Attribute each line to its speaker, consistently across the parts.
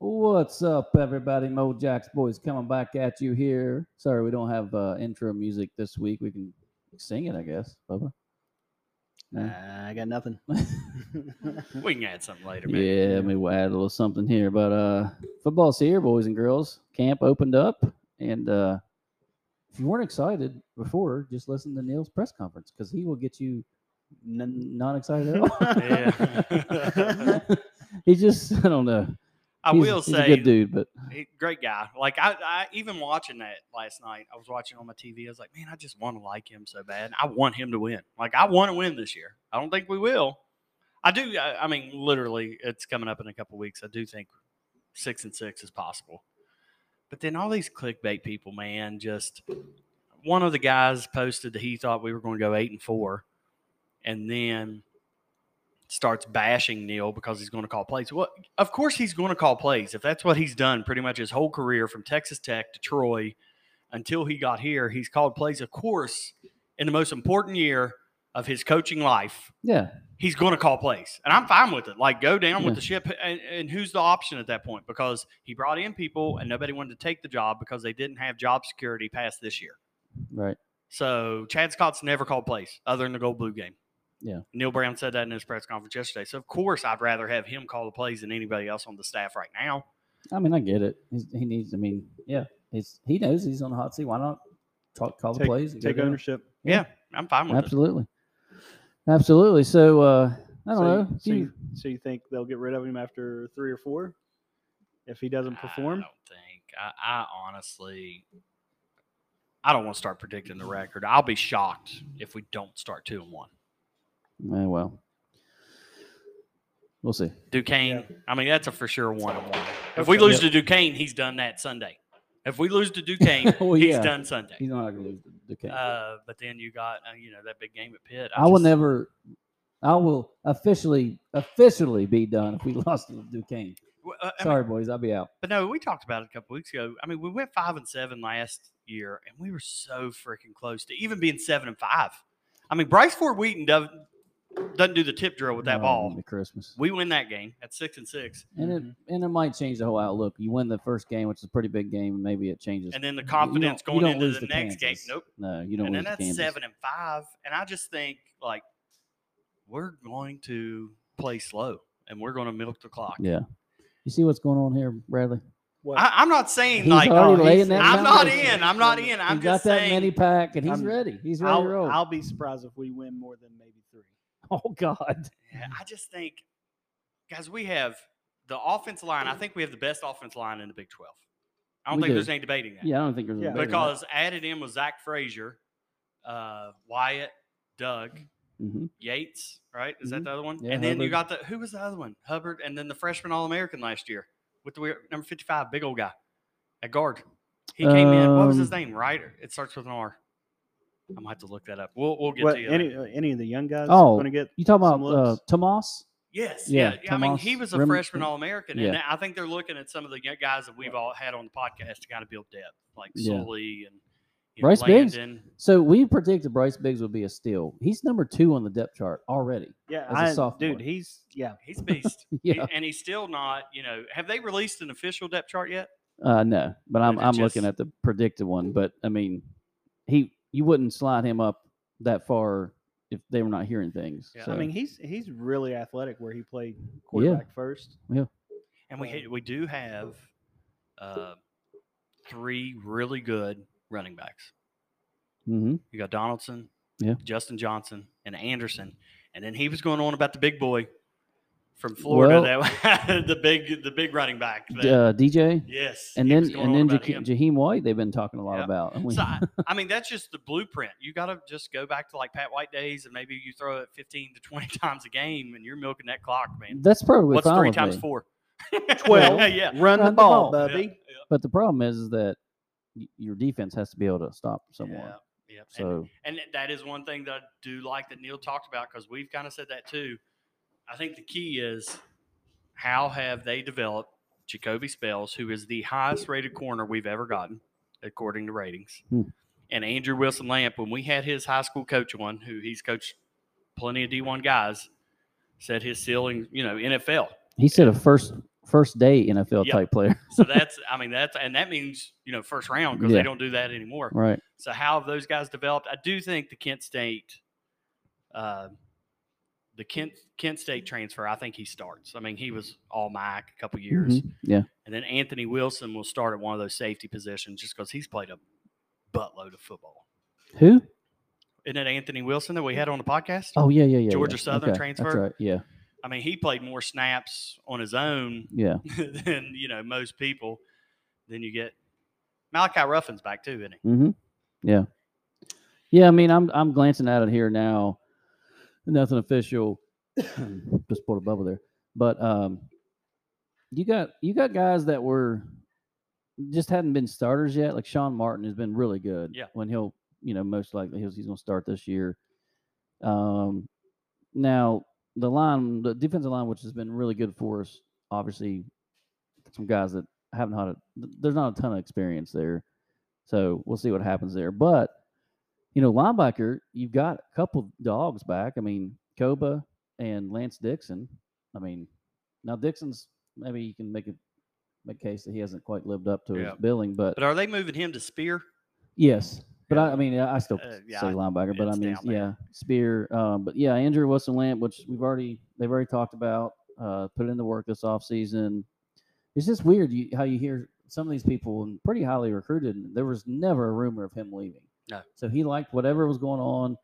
Speaker 1: What's up, everybody? Mo Jack's Boys coming back at you here. Sorry, we don't have uh, intro music this week. We can sing it, I guess. Bubba.
Speaker 2: I got nothing.
Speaker 3: We can add something later, man.
Speaker 1: Yeah, maybe we'll add a little something here. But uh, football's here, boys and girls. Camp opened up, and uh, if you weren't excited before, just listen to Neil's press conference because he will get you n- not excited at all.
Speaker 3: Yeah.
Speaker 1: he just, I don't know.
Speaker 3: I
Speaker 1: He's-
Speaker 3: will
Speaker 1: he's
Speaker 3: say,
Speaker 1: a good dude, but
Speaker 3: he- great guy. Like I, I, even watching that last night, I was watching on my TV. I was like, man, I just want to like him so bad. I want him to win. Like I want to win this year. I don't think we will. I do. I, I mean, literally, it's coming up in a couple weeks. I do think six and six is possible. But then all these clickbait people, man, just one of the guys posted that he thought we were going to go eight and four, and then starts bashing Neil because he's going to call plays. Well, of course he's going to call plays if that's what he's done pretty much his whole career from Texas Tech to Troy until he got here. He's called plays, of course, in the most important year of his coaching life.
Speaker 1: yeah,
Speaker 3: He's going to call plays, and I'm fine with it. Like, go down
Speaker 1: Yeah.
Speaker 3: with the ship, and, and who's the option at that point? Because he brought in people, and nobody wanted to take the job because they didn't have job security past this year.
Speaker 1: right.
Speaker 3: So Chad Scott's never called plays other than the gold blue game.
Speaker 1: Yeah.
Speaker 3: Neil Brown said that in his press conference yesterday. So of course I'd rather have him call the plays than anybody else on the staff right now.
Speaker 1: I mean, I get it. He's, he needs. I mean, yeah, he's he knows he's on the hot seat. Why not talk, call the
Speaker 2: Take,
Speaker 1: plays and go
Speaker 2: take
Speaker 1: down?
Speaker 2: ownership.
Speaker 1: Yeah.
Speaker 3: Yeah. I'm fine with
Speaker 1: Absolutely, absolutely. So uh, I don't
Speaker 2: so,
Speaker 1: know.
Speaker 2: You,
Speaker 1: If
Speaker 2: so,
Speaker 1: you-
Speaker 2: you, so you think they'll get rid of him after three or four if he
Speaker 3: it.
Speaker 2: doesn't perform?
Speaker 3: I don't think. I, I honestly I don't want to start predicting the record. I'll be shocked if we don't start two and one.
Speaker 1: eh, well, we'll see.
Speaker 3: Duquesne, I mean that's a for sure one and one. If
Speaker 2: Hope
Speaker 3: we
Speaker 2: so.
Speaker 3: lose to Duquesne, he's done that Sunday. If we lose to Duquesne,
Speaker 1: Well,
Speaker 3: he's
Speaker 1: Oh, yeah.
Speaker 3: done Sunday.
Speaker 1: He's not going to lose the, the case.
Speaker 3: Uh, but then you got uh, you know that big game at Pitt.
Speaker 1: I will
Speaker 3: just-
Speaker 1: never. I will officially officially be done if we lost to Duquesne.
Speaker 3: Well, uh, I mean,
Speaker 1: Sorry, boys, I'll be out.
Speaker 3: but no, we talked about it a couple weeks ago. I mean, we went five and seven last year, and we were so freaking close to even being seven and five. I mean, Bryce Ford Wheaton does, doesn't do the tip drill with that
Speaker 1: Oh,
Speaker 3: ball.
Speaker 1: it'll be Christmas.
Speaker 3: We win that game at six and six,
Speaker 1: And it
Speaker 2: Mm-hmm.
Speaker 1: and it might change the whole outlook. You win the first game, which is a pretty big game, and maybe it changes.
Speaker 3: and then the
Speaker 1: You don't-
Speaker 3: confidence
Speaker 1: you
Speaker 3: going
Speaker 1: don't
Speaker 3: into
Speaker 1: lose
Speaker 3: the
Speaker 1: to
Speaker 3: next game.
Speaker 1: Kansas.
Speaker 3: Nope.
Speaker 1: No, you don't.
Speaker 3: and
Speaker 1: lose
Speaker 3: then
Speaker 1: to
Speaker 3: that's
Speaker 1: Kansas.
Speaker 3: seven and five. And I just think like we're going to play slow, and we're going to milk the clock.
Speaker 1: Yeah. You see what's going on here, Bradley?
Speaker 2: What?
Speaker 3: I, I'm not saying
Speaker 1: He's
Speaker 3: like
Speaker 1: already
Speaker 2: oh,
Speaker 1: laying
Speaker 2: he's-
Speaker 1: that.
Speaker 3: I'm not
Speaker 1: foundation.
Speaker 3: in. I'm not in. I'm
Speaker 1: He's
Speaker 3: just
Speaker 1: got that
Speaker 3: saying.
Speaker 1: mini pack, and he's
Speaker 2: I'm-
Speaker 1: ready. He's ready to
Speaker 2: I'll,
Speaker 1: roll.
Speaker 2: I'll be surprised if we win more than maybe three.
Speaker 1: oh God!
Speaker 3: Yeah, I just think, guys, we have the offensive line. I think we have the best offensive line in the Big 12. I don't
Speaker 1: We
Speaker 3: think there's
Speaker 1: do.
Speaker 3: any debating that.
Speaker 1: Yeah, I don't think there's a
Speaker 2: Yeah.
Speaker 1: debate about
Speaker 3: because added in was Zach Frazier, uh, Wyatt, Doug,
Speaker 1: it. Mhm.
Speaker 3: Yates, right? Is
Speaker 1: Mhm.
Speaker 3: that the other one?
Speaker 1: Yeah,
Speaker 3: and then you
Speaker 1: Hubbard.
Speaker 3: got the who was the other one? Hubbard, and then the freshman All American last year with the weird, number 55, big old guy, a guard. He came in. What was his
Speaker 1: Um,
Speaker 3: name? Ryder. It starts with an R. I might have to look that up. We'll we'll get
Speaker 2: What,
Speaker 3: to you. later.
Speaker 2: any, uh, any of the young guys
Speaker 1: Oh,
Speaker 2: going to get?
Speaker 1: You talking
Speaker 2: Some
Speaker 1: about uh,
Speaker 2: looks.
Speaker 1: Tomas?
Speaker 3: Yes.
Speaker 1: Yeah,
Speaker 3: Yeah. yeah, I mean, he
Speaker 1: Tomas
Speaker 3: was a
Speaker 1: Rem-
Speaker 3: freshman All American, and
Speaker 1: yeah.
Speaker 3: I think they're looking at some of the young guys that we've all had on the podcast to kind of build depth, like
Speaker 1: Yeah.
Speaker 3: Sully and you
Speaker 1: Bryce Biggs.
Speaker 3: Landon.
Speaker 1: So we predicted Bryce Biggs would be a steal. He's number two on the depth chart already.
Speaker 2: Yeah,
Speaker 1: as a
Speaker 2: I-
Speaker 1: sophomore.
Speaker 2: dude, he's yeah.
Speaker 3: He's a beast. He-
Speaker 1: Yeah.
Speaker 3: and he's still not, you know, have they released an official depth chart yet?
Speaker 1: Uh, no, but I'm
Speaker 3: But it
Speaker 1: I'm looking
Speaker 3: just-
Speaker 1: at the predicted one. But I mean, he you wouldn't slide him up that far if they were not hearing things.
Speaker 3: Yeah. I
Speaker 1: so,
Speaker 2: I mean, he's he's really athletic where he played quarterback first.
Speaker 3: And we
Speaker 2: Uh,
Speaker 3: ha- we do have uh, three really good running backs.
Speaker 1: hmm
Speaker 3: You got Donaldson,
Speaker 1: Yeah.
Speaker 3: Justin Johnson, and Anderson. And then he was going on about the big boy from Florida, that, the big the big running back. that-
Speaker 1: uh, DJ.
Speaker 3: Yes.
Speaker 1: And
Speaker 3: he was
Speaker 1: then
Speaker 3: going
Speaker 1: and
Speaker 3: on
Speaker 1: then
Speaker 3: about
Speaker 1: Jakeem
Speaker 3: him.
Speaker 1: Jaheim White, they've been talking a lot
Speaker 3: Yeah.
Speaker 1: about. And we,
Speaker 3: So, I, I mean, that's just the blueprint. You got to just go back to like Pat White days and maybe you throw it 15 to 20 times a game and you're milking that clock, man.
Speaker 1: that's probably
Speaker 3: What's
Speaker 1: fine
Speaker 3: three
Speaker 1: with
Speaker 3: times
Speaker 1: me.
Speaker 3: four?
Speaker 2: Twelve.
Speaker 3: yeah. yeah.
Speaker 2: Run, the ball, Bubby.
Speaker 3: Yeah,
Speaker 1: But the problem is, is that y- your defense has to be able to stop someone.
Speaker 3: yeah, yeah. And,
Speaker 1: So
Speaker 3: and that is one thing that I do like that Neil talked about because we've kind of said that too. I think the key is how have they developed Jacoby Spells, who is the highest rated corner we've ever gotten, according to ratings.
Speaker 1: Hmm.
Speaker 3: And Andrew Wilson Lamp, when we had his high school coach on, who he's coached plenty of D1 guys, said his ceiling, you know, NFL.
Speaker 1: he said a first first day NFL
Speaker 3: Yeah.
Speaker 1: type player.
Speaker 3: So that's, I mean, that's, and that means, you know, first round because
Speaker 1: Yeah.
Speaker 3: they don't do that anymore.
Speaker 1: Right.
Speaker 3: So how have those guys developed? I do think the Kent State, uh, the Kent Kent State transfer, I think he starts. I mean, he was all Mike a couple years,
Speaker 1: Mhm. Yeah.
Speaker 3: and then Anthony Wilson will start at one of those safety positions just because he's played a buttload of football.
Speaker 1: Who?
Speaker 3: Isn't it Anthony Wilson that we had on the podcast?
Speaker 1: Oh yeah, yeah, yeah.
Speaker 3: Georgia
Speaker 1: yeah.
Speaker 3: Southern
Speaker 1: That's
Speaker 3: transfer?
Speaker 1: right. Yeah.
Speaker 3: I mean, he played more snaps on his own
Speaker 1: Yeah.
Speaker 3: than you know most people. Then you get Malachi Ruffin's back too, isn't he?
Speaker 1: Mm-hmm. Yeah. Yeah, I mean, I'm I'm glancing at it here now. Nothing official. Just pulled a bubble there. But um you got you got guys that were just hadn't been starters yet. Like Sean Martin has been really good.
Speaker 3: Yeah.
Speaker 1: When he'll, you know, most likely he's, he's gonna start this year. Um now the line, the defensive line, which has been really good for us, obviously some guys that haven't had a th- there's not a ton of experience there. So we'll see what happens there. But you know, linebacker, you've got a couple dogs back. I mean, Koba and Lance Dixon. I mean, now Dixon's maybe you can make a make a case that he hasn't quite lived up to
Speaker 3: Yeah.
Speaker 1: his billing, but,
Speaker 3: But are they moving him to Spear?
Speaker 1: yes. But
Speaker 3: Yeah.
Speaker 1: I, I mean, I I still
Speaker 3: Uh, yeah,
Speaker 1: say
Speaker 3: I-
Speaker 1: linebacker, but I
Speaker 3: it's
Speaker 1: mean,
Speaker 3: down there.
Speaker 1: yeah, Spear. Um, but yeah, Andrew Wilson Lamp, which we've already they've already talked about, uh, put in the work this offseason. It's just weird you, how you hear some of these people and pretty highly recruited. And there was never a rumor of him leaving.
Speaker 3: No.
Speaker 1: So he liked whatever was going on.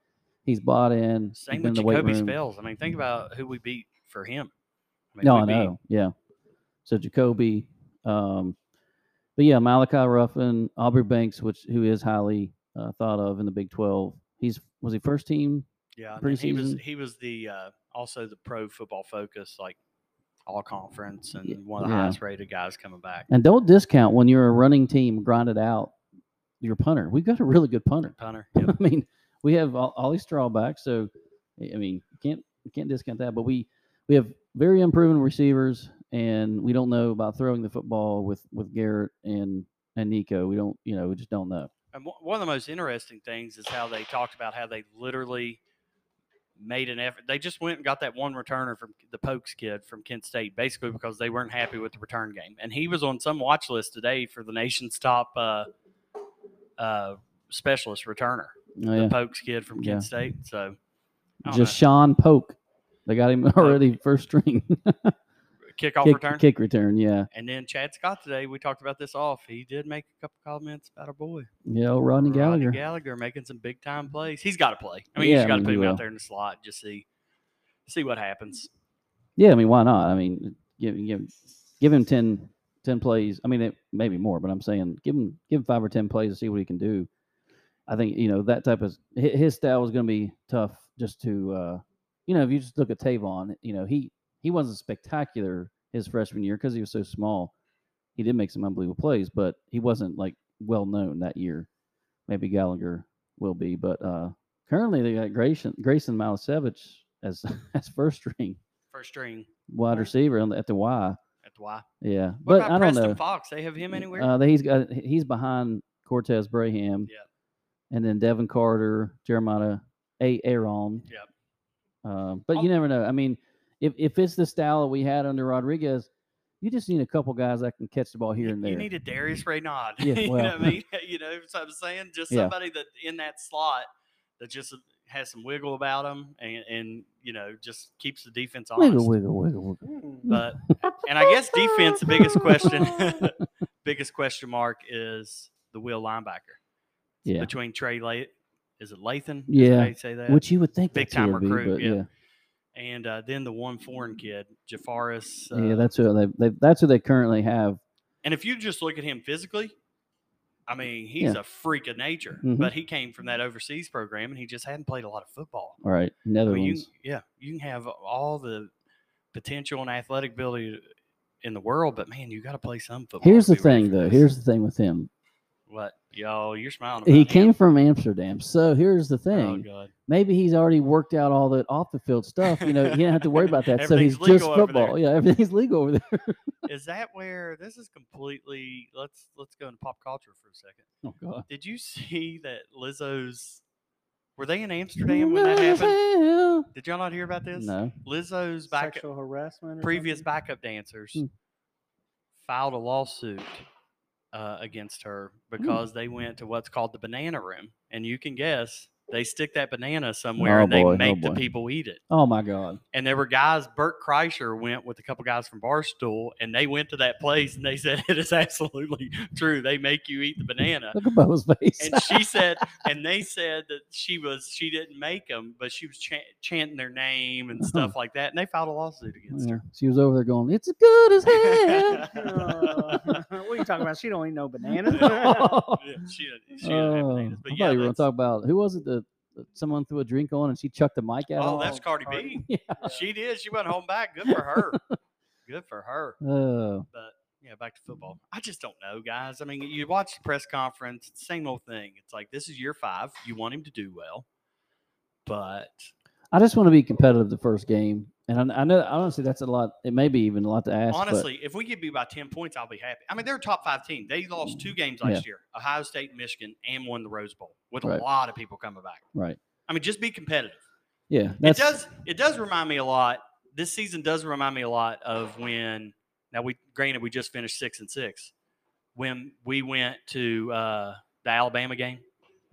Speaker 1: He's bought in. he's
Speaker 3: Same
Speaker 1: been
Speaker 3: with
Speaker 1: in the weight
Speaker 3: Jacoby
Speaker 1: room.
Speaker 3: Spells. I mean, think about who we beat for him. I mean,
Speaker 1: No,
Speaker 3: we
Speaker 1: I
Speaker 3: beat-
Speaker 1: know. Yeah. So Jacoby, um, but yeah, Malachi Ruffin, Aubrey Banks, which who is highly uh, thought of in the Big Twelve. He's was he first team?
Speaker 3: Yeah, and then he was
Speaker 1: preseason.
Speaker 3: he was the uh, also the pro football focus like all conference and
Speaker 1: Ye-
Speaker 3: one of the
Speaker 1: yeah.
Speaker 3: highest rated guys coming back.
Speaker 1: And don't discount when you're a running team, grind it out. Your punter, we've got a really good punter.
Speaker 3: Punter.
Speaker 1: I
Speaker 3: Yep.
Speaker 1: mean, we have Ol- Ollie Straw back, so I I mean, you can't you can't discount that. But we we have very unproven receivers, and we don't know about throwing the football with with Garrett and and Nico. We don't, you know, we just don't know.
Speaker 3: and one one of the most interesting things is how they talked about how they literally made an effort. They just went and got that one returner from the Pokes kid from Kent State, basically because they weren't happy with the return game. And he was on some watch list today for the nation's top uh, uh, specialist returner,
Speaker 1: Oh,
Speaker 3: the
Speaker 1: yeah.
Speaker 3: Pokes kid from Kent
Speaker 1: Yeah.
Speaker 3: State. So I don't know.
Speaker 1: Just Sean Polk. They got him already first string.
Speaker 3: kickoff
Speaker 1: kick,
Speaker 3: return.
Speaker 1: kick return, yeah.
Speaker 3: And then Chad Scott today, we talked about this off. He did make a couple comments about our boy
Speaker 1: Yeah, old Rodney Gallagher.
Speaker 3: Gallagher making some big time plays. He's got to play. I mean, you
Speaker 1: Yeah,
Speaker 3: just
Speaker 1: I
Speaker 3: got to
Speaker 1: mean,
Speaker 3: put
Speaker 1: he
Speaker 3: him
Speaker 1: will.
Speaker 3: out there in the slot. Just see, see what happens.
Speaker 1: Yeah, I mean, why not? I mean, give give give him 10, 10 plays. I mean, it, maybe more, but I'm saying give him give him five or ten plays to see what he can do. I think you know that type of hi- his style is going to be tough. Just to uh, you know, if you just look at Tavon, you know he he wasn't spectacular his freshman year because he was so small. He did make some unbelievable plays, but he wasn't like well known that year. Maybe Gallagher will be, but uh, currently they got Grayson Grayson Malasevich as as first string
Speaker 3: First string
Speaker 1: wide
Speaker 3: Right.
Speaker 1: receiver on the, at the Y.
Speaker 3: at the Y.
Speaker 1: Yeah,
Speaker 3: What
Speaker 1: but
Speaker 3: about
Speaker 1: I don't
Speaker 3: Preston
Speaker 1: know.
Speaker 3: Fox? They have him anywhere?
Speaker 1: Uh, that he's got he's behind Cortez Braham.
Speaker 3: Yep.
Speaker 1: And then Devin Carter, Jeremiah A. Aaron.
Speaker 3: Yep.
Speaker 1: Um, but
Speaker 3: Oh.
Speaker 1: you never know. I mean, if if it's the style that we had under Rodriguez, you just need a couple guys that can catch the ball here
Speaker 3: You-
Speaker 1: and there.
Speaker 3: You need a Darius Raynaud.
Speaker 1: Yeah,
Speaker 3: you know
Speaker 1: well.
Speaker 3: what I mean? You know what I'm saying? Just
Speaker 1: Yeah.
Speaker 3: somebody that in that slot that just has some wiggle about him and, and you know, just keeps the defense honest.
Speaker 1: wiggle, wiggle, wiggle, wiggle.
Speaker 2: Hmm.
Speaker 3: but and I guess defense the biggest question biggest question mark is the wheel linebacker
Speaker 1: Yeah.
Speaker 3: between Trey Late is it Lathan? Is that
Speaker 1: Yeah.
Speaker 3: how you say that.
Speaker 1: Which you would think
Speaker 3: Big
Speaker 1: that's who
Speaker 3: time
Speaker 1: it'd be,
Speaker 3: recruit,
Speaker 1: but
Speaker 3: yeah.
Speaker 1: yeah.
Speaker 3: and uh, then the one foreign kid Jafaris. Uh,
Speaker 1: yeah, that's who they, they that's who they currently have.
Speaker 3: and if you just look at him physically, I mean he's
Speaker 1: Yeah.
Speaker 3: a freak of nature.
Speaker 1: Mhm.
Speaker 3: But he came from that overseas program and he just hadn't played a lot of football.
Speaker 1: All right,
Speaker 3: I mean, you,
Speaker 1: Netherlands.
Speaker 3: yeah, you can have all the potential and athletic ability in the world, but man, you got to play some football.
Speaker 1: Here's
Speaker 3: to
Speaker 1: the
Speaker 3: be ready
Speaker 1: thing,
Speaker 3: for
Speaker 1: though.
Speaker 3: this.
Speaker 1: Here's the thing with him.
Speaker 3: What? Yo, you're smiling. About
Speaker 1: He
Speaker 3: him.
Speaker 1: came from Amsterdam, so here's the thing.
Speaker 3: Oh God.
Speaker 1: maybe he's already worked out all that off the field stuff. You know, he didn't have to worry about that. so
Speaker 3: Everything's
Speaker 1: he's just
Speaker 3: legal over there.
Speaker 1: football. Yeah, everything's legal over there.
Speaker 3: Is that where this is completely? Let's let's go into pop culture for a second.
Speaker 1: Oh God.
Speaker 3: Did you see that Lizzo's? Were they in Amsterdam when that happened? Did y'all not hear about this?
Speaker 1: No.
Speaker 3: Lizzo's back
Speaker 2: Sexual harassment. or
Speaker 3: previous
Speaker 2: something?
Speaker 3: backup dancers
Speaker 1: Hmm.
Speaker 3: filed a lawsuit uh, against her
Speaker 1: Hmm.
Speaker 3: because they went to what's called the banana room, and you can guess they stick that banana somewhere
Speaker 1: Oh,
Speaker 3: and they
Speaker 1: boy. Oh,
Speaker 3: make the
Speaker 1: boy.
Speaker 3: people eat it.
Speaker 1: Oh my God.
Speaker 3: And there were guys. Bert Kreischer went with a couple guys from Barstool, and they went to that place and they said it is absolutely true. They make you eat the banana.
Speaker 1: Look at Bo's face.
Speaker 3: and she said, and they said that she was she didn't make them, but she was chan chanting their name and
Speaker 1: Oh.
Speaker 3: stuff like that, and they filed a lawsuit against
Speaker 1: Yeah, she was over there going, "It's as good as hell."
Speaker 2: Uh, what are you talking about? She don't eat no banana.
Speaker 1: oh,
Speaker 3: her. Yeah, she didn't, she didn't have
Speaker 1: I
Speaker 3: bananas, but
Speaker 1: thought
Speaker 3: yeah,
Speaker 1: you were
Speaker 3: that's,
Speaker 1: talking about who was it that that someone threw a drink on and she chucked the mic at
Speaker 3: oh,
Speaker 1: him?
Speaker 3: that's
Speaker 2: Oh,
Speaker 3: Cardi,
Speaker 2: Cardi
Speaker 3: B. She did. She went home back. Good for her. Good for her.
Speaker 1: Oh,
Speaker 3: Yeah, back to football.
Speaker 1: Mm-hmm.
Speaker 3: I just don't know, guys. I mean, you watch the press conference, it's the same old thing. It's like this is year five. You want him to do well, but
Speaker 1: I just want to be competitive the first game, and I, I know honestly that's a lot. It may be even a lot to ask. but-
Speaker 3: Honestly, if we get beat by 10 points, I'll be happy. I mean, they're a top five team. They lost two games last year Ohio State, Michigan, and won the Rose Bowl with
Speaker 1: Right.
Speaker 3: a lot of people coming back.
Speaker 1: right?
Speaker 3: I mean, just be competitive.
Speaker 1: Yeah, that's
Speaker 3: it does it does remind me a lot. This season does remind me a lot of when now we granted we just finished six and six. When we went to uh, the Alabama game,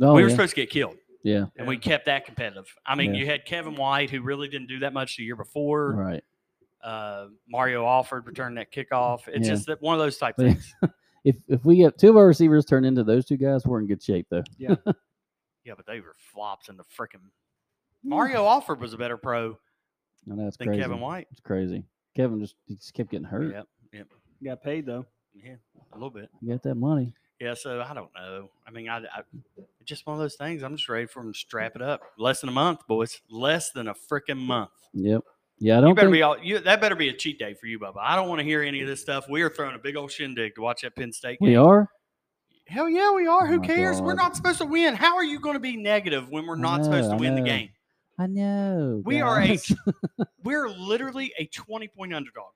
Speaker 1: oh,
Speaker 3: we were
Speaker 1: yeah,
Speaker 3: supposed to get killed.
Speaker 1: yeah,
Speaker 3: And we kept that competitive. I mean,
Speaker 1: Yeah.
Speaker 3: you had Kevin White, who really didn't do that much the year before
Speaker 1: right.
Speaker 3: uh, Mario Alford returned that kickoff. It's
Speaker 1: Yeah.
Speaker 3: just that one of those type
Speaker 1: Yeah.
Speaker 3: things.
Speaker 1: If if we get two of our receivers turned into those two guys, we're in good shape though.
Speaker 3: yeah, but they were flops in the freaking. Mario Alford was a better pro
Speaker 1: I know it's
Speaker 3: than
Speaker 1: crazy.
Speaker 3: Kevin White.
Speaker 1: It's crazy. Kevin just he just kept getting hurt.
Speaker 3: Yep, yep,
Speaker 2: Got paid though.
Speaker 3: yeah, a little bit.
Speaker 1: You got that money.
Speaker 3: Yeah, so I don't know. I mean, I, I it's just one of those things. I'm just ready for him to strap it up. Less than a month, boys. Less than a freaking month.
Speaker 1: Yep. Yeah, I don't
Speaker 3: you better
Speaker 1: think
Speaker 3: be all, you, that better be a cheat day for you, Bubba. I don't want to hear any of this stuff. We are throwing a big old shindig to watch that Penn State game.
Speaker 1: we are.
Speaker 3: Hell yeah, we are.
Speaker 1: Oh
Speaker 3: Who
Speaker 1: my
Speaker 3: cares? We're
Speaker 1: God.
Speaker 3: not supposed to win. How are you going to be negative when we're
Speaker 1: I
Speaker 3: not supposed
Speaker 1: know,
Speaker 3: to
Speaker 1: I
Speaker 3: win the
Speaker 1: know.
Speaker 3: game?
Speaker 1: I know.
Speaker 3: We are a
Speaker 1: guys.
Speaker 3: we're literally a 20 point underdog.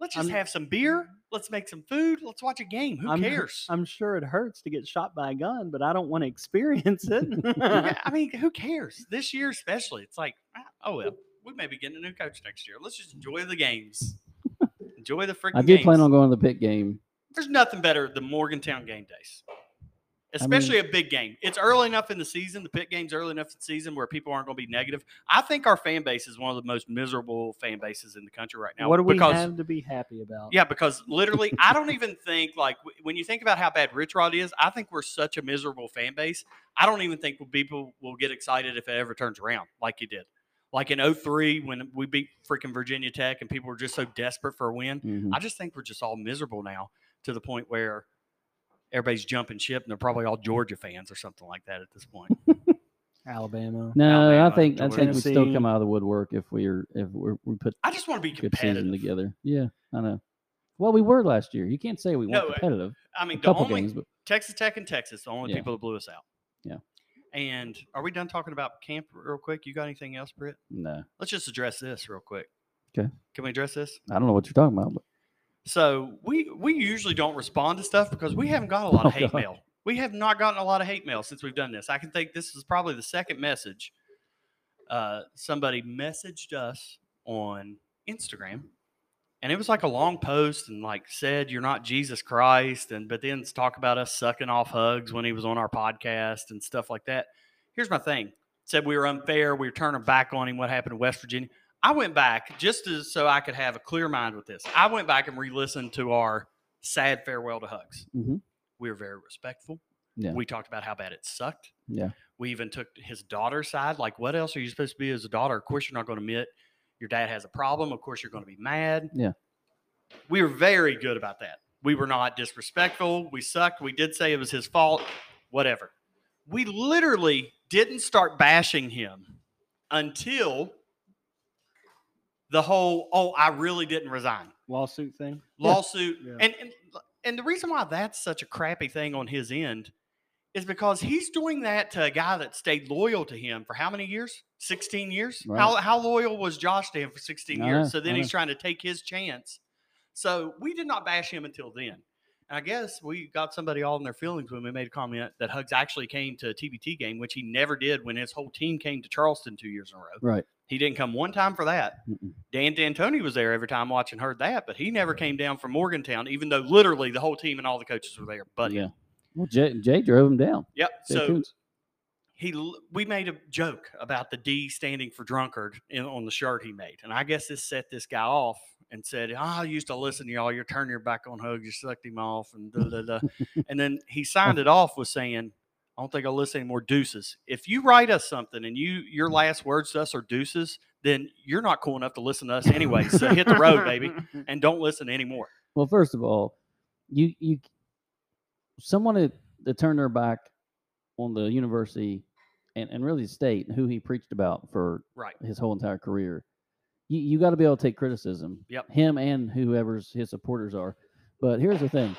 Speaker 3: Let's just
Speaker 2: I'm-
Speaker 3: have some beer. Let's make some food. Let's watch a game. Who
Speaker 2: I'm-
Speaker 3: cares?
Speaker 2: I'm sure it hurts to get shot by a gun, but I don't want to experience it.
Speaker 3: Who ca- I mean, who cares? This year, especially, it's like, ah, oh well, we may be getting a new coach next year. Let's just enjoy the games. Enjoy the freaking
Speaker 1: I do
Speaker 3: games.
Speaker 1: plan on going to the pit game.
Speaker 3: There's nothing better than Morgantown game days,
Speaker 1: mean-
Speaker 3: especially a big game. It's early enough in the season. The pit game's early enough in the season where people aren't going to be negative. I think our fan base is one of the most miserable fan bases in the country right now.
Speaker 2: what do we
Speaker 3: because
Speaker 2: have to be happy about?
Speaker 3: Yeah, because literally, I don't even think like w- when you think about how bad Rich Rod is, I think we're such a miserable fan base. I don't even think people will get excited if it ever turns around like he did. Like in 03 when we beat freaking Virginia Tech and people were just so desperate for a win.
Speaker 1: Mhm.
Speaker 3: I just think we're just all miserable now to the point where everybody's jumping ship and they're probably all Georgia fans or something like that at this point.
Speaker 2: Alabama.
Speaker 1: No,
Speaker 3: Alabama,
Speaker 1: I think I think we still
Speaker 2: Tennessee.
Speaker 1: come out of the woodwork if we're if we're, we put
Speaker 3: I just want to
Speaker 1: a
Speaker 3: be
Speaker 1: good season
Speaker 3: competitive.
Speaker 1: together. Yeah, I know. Well, we were last year. You can't say we weren't
Speaker 3: No, uh,
Speaker 1: competitive.
Speaker 3: I
Speaker 1: A
Speaker 3: mean, the
Speaker 1: couple
Speaker 3: only
Speaker 1: games, but
Speaker 3: Texas Tech and Texas, the only
Speaker 1: Yeah.
Speaker 3: people that blew us out.
Speaker 1: Yeah.
Speaker 3: And are we done talking about camp real quick? You got anything else, Britt?
Speaker 1: no,
Speaker 3: Let's just address this real quick.
Speaker 1: 'Kay.
Speaker 3: Can we address this?
Speaker 1: I don't know what you're talking about. But
Speaker 3: So we we usually don't respond to stuff because we haven't gotten a lot
Speaker 1: Oh,
Speaker 3: of hate
Speaker 1: God.
Speaker 3: mail. We have not gotten a lot of hate mail since we've done this. I can think this is probably the second message. Uh, somebody messaged us on Instagram, and it was like a long post and like said, "You're not Jesus Christ," and but then it's talk about us sucking off hugs when he was on our podcast and stuff like that. Here's my thing: said we were unfair, we were turning back on him. What happened in West Virginia? I went back just as, so I could have a clear mind with this. I went back and re-listened to our sad farewell to hugs.
Speaker 1: Mhm.
Speaker 3: We were very respectful.
Speaker 1: Yeah.
Speaker 3: We talked about how bad it sucked.
Speaker 1: yeah,
Speaker 3: We even took his daughter's side. Like, what else are you supposed to be as a daughter? Of course, you're not going to admit your dad has a problem. Of course, you're going to be mad.
Speaker 1: Yeah.
Speaker 3: We were very good about that. We were not disrespectful. We sucked. We did say it was his fault. Whatever. We literally didn't start bashing him until the whole, oh, I really didn't resign
Speaker 2: Lawsuit thing.
Speaker 3: lawsuit.
Speaker 2: Yeah.
Speaker 3: And, and and the reason why that's such a crappy thing on his end is because he's doing that to a guy that stayed loyal to him for how many years? 16 years?
Speaker 1: Right.
Speaker 3: How how loyal was Josh to him for 16
Speaker 1: I
Speaker 3: years?
Speaker 1: know,
Speaker 3: so then
Speaker 1: I
Speaker 3: he's
Speaker 1: know.
Speaker 3: trying to take his chance. So we did not bash him until then. And I guess we got somebody all in their feelings when we made a comment that Hugs actually came to a TBT game, which he never did when his whole team came to Charleston two years in a row
Speaker 1: right.
Speaker 3: He didn't come one time for that.
Speaker 1: Mm-mm.
Speaker 3: Dan D'Antoni was there every time watching heard that, but he never came down from Morgantown, even though literally the whole team and all the coaches were there. But
Speaker 1: yeah. Well, Jay, Jay drove him down.
Speaker 3: yep.
Speaker 1: Jay
Speaker 3: So
Speaker 1: Coots.
Speaker 3: he l- we made a joke about the D standing for drunkard in, on the shirt he made, and I guess this set this guy off and said, "Ah, "I used to listen to y'all. You're turning your back on Hug. You sucked him off." And da, da, da. and then he
Speaker 1: Oh.
Speaker 3: signed it off with saying, "I don't think I'll listen anymore. Deuces. If you write us something and you
Speaker 1: Mm.
Speaker 3: your last words to us are deuces, then you're not cool enough to listen to us anyway. So hit the road, baby, and don't listen anymore."
Speaker 1: Well, first of all, you you someone that, that turned their back on the university and, and really the state and who he preached about for
Speaker 3: Right.
Speaker 1: his whole entire career. You you got to be able to take criticism.
Speaker 3: Yep.
Speaker 1: Him and whoever's his supporters are. But here's the thing.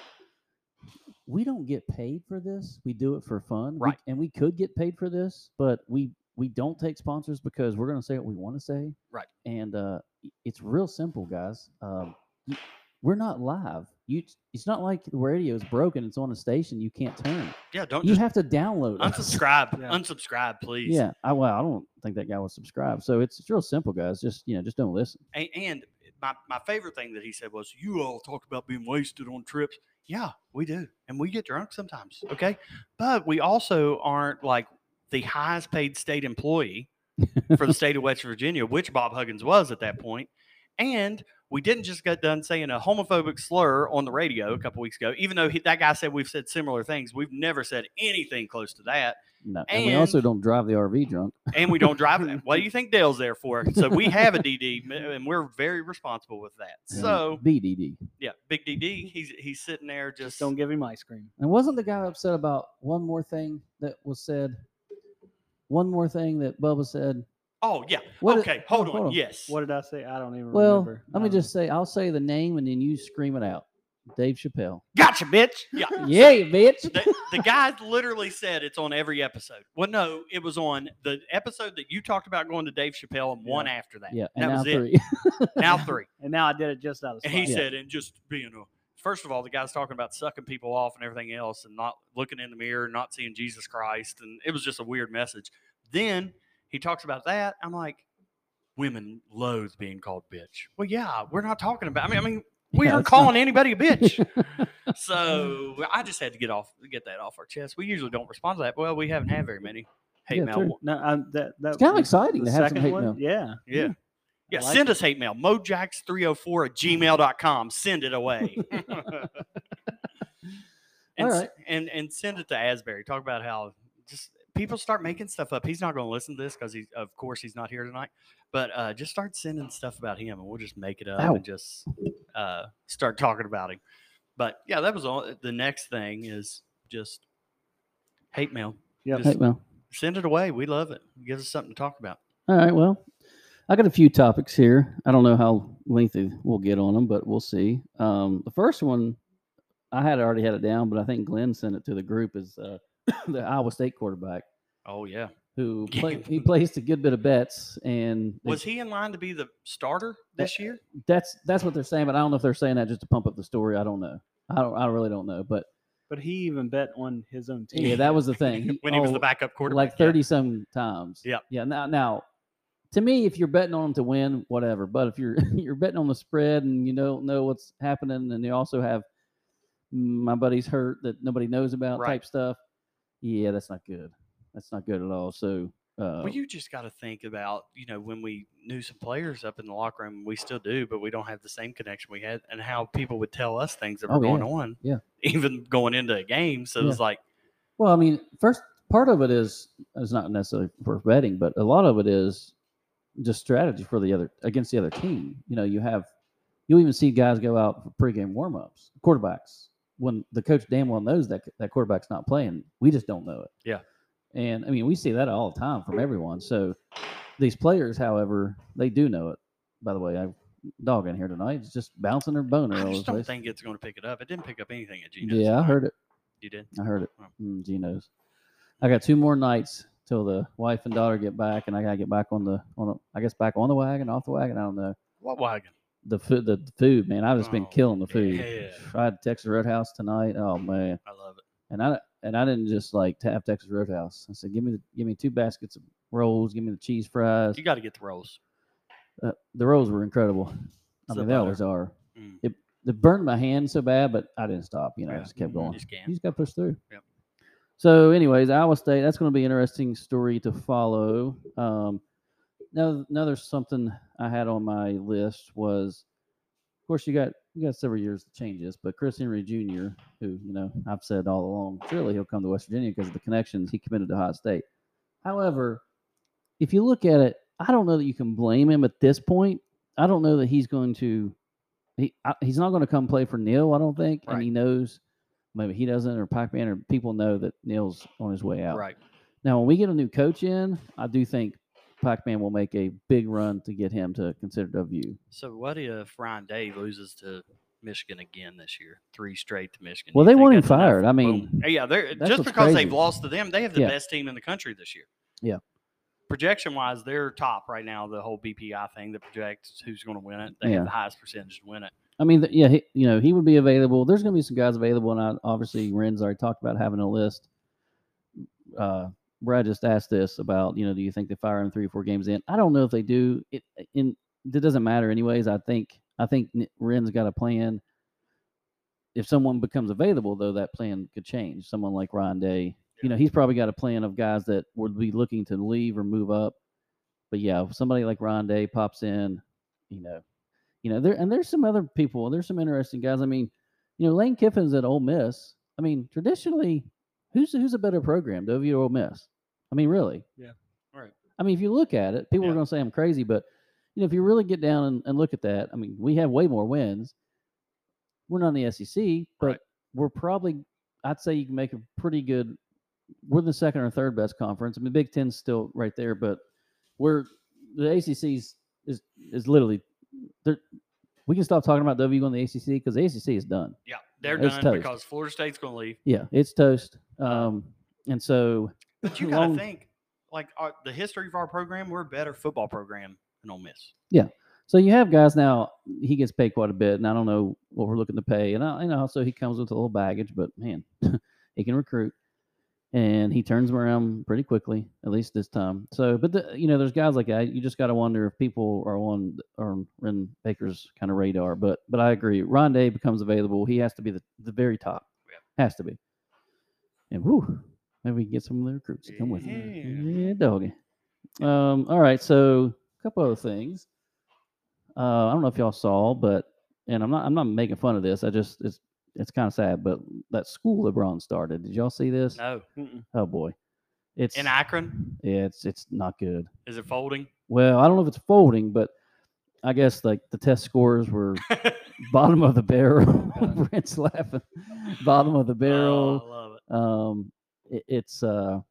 Speaker 1: We don't get paid for this. We do it for fun. We-
Speaker 3: Right.
Speaker 1: and we could get paid for this, but we we don't take sponsors because we're going to say what we want to say.
Speaker 3: Right.
Speaker 1: And uh i- it's real simple, guys. Um y- we're not live. You it's not like the radio is broken. It's on a station you can't turn.
Speaker 3: Yeah. Don't
Speaker 1: You
Speaker 3: just
Speaker 1: have to download us.
Speaker 3: unsubscribe.
Speaker 2: Yeah.
Speaker 3: Unsubscribe, please.
Speaker 1: Yeah, I well, I don't think that guy was subscribed. So it's it's real simple, guys. Just you know, just don't listen.
Speaker 3: And, and my, my favorite thing that he said was, You all talk about being wasted on trips. Yeah, we do. And we get drunk sometimes. Okay. But we also aren't like the highest paid state employee for the state of West Virginia, which Bob Huggins was at that point. And we didn't just get done saying a homophobic slur on the radio a couple weeks ago, even though he, that guy said we've said similar things. We've never said anything close to that
Speaker 1: No, and, we also
Speaker 3: And-
Speaker 1: don't drive the RV drunk.
Speaker 3: and we don't drive it. What do you think Dale's there for? So we have a DD, and we're very responsible with that.
Speaker 1: you know,
Speaker 3: So
Speaker 1: BDD.
Speaker 3: yeah, Big DD, he's he's sitting there just,
Speaker 2: Just don't give him ice cream.
Speaker 1: And wasn't the guy upset about one more thing that was said? One more thing that Bubba said.
Speaker 3: Oh yeah,
Speaker 1: What it-
Speaker 3: okay, hold,
Speaker 1: hold
Speaker 3: on.
Speaker 1: on.
Speaker 3: Yes,
Speaker 2: What did I say? I don't even
Speaker 1: Well,
Speaker 2: remember.
Speaker 1: let me
Speaker 2: Um,
Speaker 1: just say, I'll say the name and then you scream it out. Dave Chappelle.
Speaker 3: gotcha, bitch. Yeah,
Speaker 1: Yeah, bitch.
Speaker 3: the, the guy literally said it's on every episode. Well, no, it was on the episode that you talked about going to Dave Chappelle and one after that.
Speaker 1: Yeah,
Speaker 3: that
Speaker 1: and now
Speaker 3: was
Speaker 1: three.
Speaker 3: it. Now three.
Speaker 2: And now I did it just out of
Speaker 3: And
Speaker 2: spite.
Speaker 3: he
Speaker 1: Yeah.
Speaker 3: said, and just being a first of all, the guy's talking about sucking people off and everything else, and not looking in the mirror, not seeing Jesus Christ, and it was just a weird message. Then he talks about that. I'm like, women loathe being called bitch. Well, yeah, we're not talking about. I mean, I mean, we
Speaker 1: Yeah,
Speaker 3: aren't
Speaker 1: it's not-
Speaker 3: calling anybody a bitch. so I just had to get off, get that off our chest. We usually don't respond to that. Well, we haven't had very many hate
Speaker 1: Yeah,
Speaker 3: mail.
Speaker 1: true.
Speaker 2: No, I'm, that, that
Speaker 1: It's kind of
Speaker 2: was
Speaker 1: exciting to
Speaker 2: the
Speaker 1: have some
Speaker 2: second
Speaker 1: hate
Speaker 2: one?
Speaker 1: mail.
Speaker 2: Yeah.
Speaker 3: Yeah. Yeah,
Speaker 2: Hmm. I like
Speaker 3: send us hate mail. Mojax304 at gmail.com. Send it away. and,
Speaker 1: All
Speaker 3: s-
Speaker 1: right.
Speaker 3: and and send it to Asbury. Talk about how just people start making stuff up. He's not going to listen to this because he's of course he's not here tonight. But uh, just start sending stuff about him, and we'll just make it up
Speaker 1: Ow.
Speaker 3: and just uh, start talking about him. But yeah, that was all. The next thing is just hate mail.
Speaker 2: Yep.
Speaker 3: Just
Speaker 1: Hate mail.
Speaker 3: send it away. We love it. Gives us something to talk about.
Speaker 1: All right. Well, I got a few topics here. I don't know how lengthy we'll get on them, but we'll see. Um, the first one, I had already had it down, but I think Glenn sent it to the group. Is uh, the Iowa State quarterback
Speaker 3: Oh yeah.
Speaker 1: who play, he placed a good bit of bets, and they-
Speaker 3: Was he in line to be the starter
Speaker 1: That-
Speaker 3: this year?
Speaker 1: that's that's what they're saying. But I don't know if they're saying that just to pump up the story. I don't know. I don't. I really don't know. But
Speaker 2: But he even bet on his own team.
Speaker 1: yeah, that was the thing.
Speaker 3: when he was the
Speaker 1: oh,
Speaker 3: backup quarterback.
Speaker 1: like 30 some times.
Speaker 3: Yep.
Speaker 1: Yeah. Now, now, to me, if you're betting on them to win, whatever. But if you're you're betting on the spread and you don't know what's happening, and you also have my buddy's hurt that nobody knows about
Speaker 3: Right.
Speaker 1: type stuff, yeah, that's not good. That's not good at all. So, uh,
Speaker 3: Well, you just got to think about, you know, when we knew some players up in the locker room, we still do, but we don't have the same connection we had, and how people would tell us things that were
Speaker 1: Oh, yeah.
Speaker 3: going on,
Speaker 1: Yeah.
Speaker 3: even going into a game. So it's like,
Speaker 1: Well, I mean, first part of it is is not necessarily for betting, but a lot of it is just strategy for the other against the other team. You know, you have you even see guys go out for pregame warmups, quarterbacks, when the coach damn well knows that that quarterback's not playing. We just don't know it.
Speaker 3: Yeah.
Speaker 1: And I mean, we see that all the time from everyone. So these players, however, they do know it. By the way, I dog in here tonight. It's just bouncing their boner
Speaker 3: I
Speaker 1: all over
Speaker 3: just
Speaker 1: the
Speaker 3: don't
Speaker 1: place.
Speaker 3: think it's going to pick it up. It didn't pick up anything at Gino's.
Speaker 1: yeah, I heard it.
Speaker 3: You did.
Speaker 1: I heard it.
Speaker 3: Wow.
Speaker 1: Mm, Geno's. I got two more nights till the wife and daughter get back, and I gotta get back on the on. A, I guess back on the wagon, off the wagon. I don't know
Speaker 3: What wagon?
Speaker 1: the food. The food, man. I've just been
Speaker 3: Oh,
Speaker 1: killing the food.
Speaker 3: yeah.
Speaker 1: I had Texas Roadhouse tonight. Oh man,
Speaker 3: I love it.
Speaker 1: and I and I didn't just like tap Texas Roadhouse. I said, give me the, give me two baskets of rolls. Give me the cheese fries.
Speaker 3: You got to get the rolls.
Speaker 1: Uh, the rolls were incredible. I
Speaker 3: It's the
Speaker 1: mean, they
Speaker 3: butter.
Speaker 1: always are.
Speaker 3: Mm.
Speaker 1: It they burned my hand so bad, but I didn't stop. You know, I
Speaker 3: Yeah.
Speaker 1: just kept
Speaker 2: You
Speaker 1: going.
Speaker 3: just can't.
Speaker 1: You just got to push through.
Speaker 3: Yep.
Speaker 1: So, anyways, Iowa State. That's going to be an interesting story to follow. Um, now, now there's something I had on my list was, of course, you got you got several years to change this, but Chris Henry Jr., who you know I've said all along, surely he'll come to West Virginia because of the connections he committed to High State. However, if you look at it, I don't know that you can blame him at this point. I don't know that he's going to. He, I, he's not going to come play for Neil, I don't think, and
Speaker 3: Right.
Speaker 1: he knows maybe he doesn't or Pac-Man or people know that Neil's on his way out.
Speaker 3: Right.
Speaker 1: Now, when we get a new coach in, I do think Pac-Man will make a big run to get him to consider W.
Speaker 3: So what if Ryan Day loses to Michigan again this year? Three straight to Michigan.
Speaker 1: Well,
Speaker 3: You
Speaker 1: they
Speaker 3: think
Speaker 1: want him
Speaker 3: that's enough?
Speaker 1: fired. I
Speaker 3: Boom.
Speaker 1: mean,
Speaker 3: yeah, they're
Speaker 1: that's
Speaker 3: just
Speaker 1: what's
Speaker 3: because
Speaker 1: crazy.
Speaker 3: they've lost to them, they have the
Speaker 1: Yeah.
Speaker 3: best team in the country this year.
Speaker 1: Yeah.
Speaker 3: Projection wise, they're top right now. The whole BPI thing that projects who's going to win it. They
Speaker 1: Yeah.
Speaker 3: have the highest percentage to win it.
Speaker 1: I mean, th- yeah, he, you know, he would be available. There's going to be some guys available, and I, obviously, Ren's already talked about having a list. Uh, Brad just asked this about, you know, do you think they fire him three or four games in? I don't know if they do. It in it doesn't matter, anyways. I think I think N- Ren's got a plan. If someone becomes available, though, that plan could change. Someone like Ryan Day, you know, he's probably got a plan of guys that would be looking to leave or move up. But yeah, if somebody like Ryan Day pops in, you know, you know, there and there's some other people. There's some interesting guys. I mean, you know, Lane Kiffin's at Ole Miss. I mean, traditionally, who's who's a better program, W or Ole Miss? I mean, really?
Speaker 3: Yeah, right.
Speaker 1: I mean, if you look at it, people are
Speaker 3: Yeah.
Speaker 1: going to say I'm crazy, but you know, if you really get down and, and look at that, I mean, we have way more wins. We're not in the SEC, but
Speaker 3: Right.
Speaker 1: we're probably, I'd say, you can make a pretty good. We're the second or third best conference. I mean, Big Ten's still right there, but we're the ACC's is is literally there. We can stop talking about W on the ACC because the ACC is done.
Speaker 3: Yeah, they're
Speaker 1: It's
Speaker 3: done
Speaker 1: toast.
Speaker 3: because Florida State's going to leave.
Speaker 1: Yeah, it's toast. Um, and so,
Speaker 3: But you got to
Speaker 1: Long-
Speaker 3: think, like our, the history of our program, we're a better football program than Ole Miss.
Speaker 1: So you have guys now. He gets paid quite a bit, and I don't know what we're looking to pay. And I, and also he comes with a little baggage, but man, he can recruit, and he turns them around pretty quickly, at least this time. So, but the, you know, there's guys like that. You just got to wonder if people are on are in Baker's kind of radar. But but I agree. Ron Day becomes available. He has to be the, the very top. Has to be. And whoo, maybe we can get some of the recruits to come with him.
Speaker 3: Yeah.
Speaker 1: Yeah, doggy. Um, all right, so a couple other things. Uh, I don't know if y'all saw, but and I'm not I'm not making fun of this. I just it's it's kind of sad, but that school LeBron started. Did y'all see this?
Speaker 3: No,
Speaker 1: Oh boy, it's
Speaker 3: in Akron,
Speaker 1: yeah, it's it's not good.
Speaker 3: is it folding?
Speaker 1: Well, I don't know if it's folding, but I guess like the test scores were bottom of the barrel.
Speaker 3: God.
Speaker 1: Brent's laughing. Bottom of the barrel.
Speaker 3: Oh, I love it.
Speaker 1: Um, it, it's uh,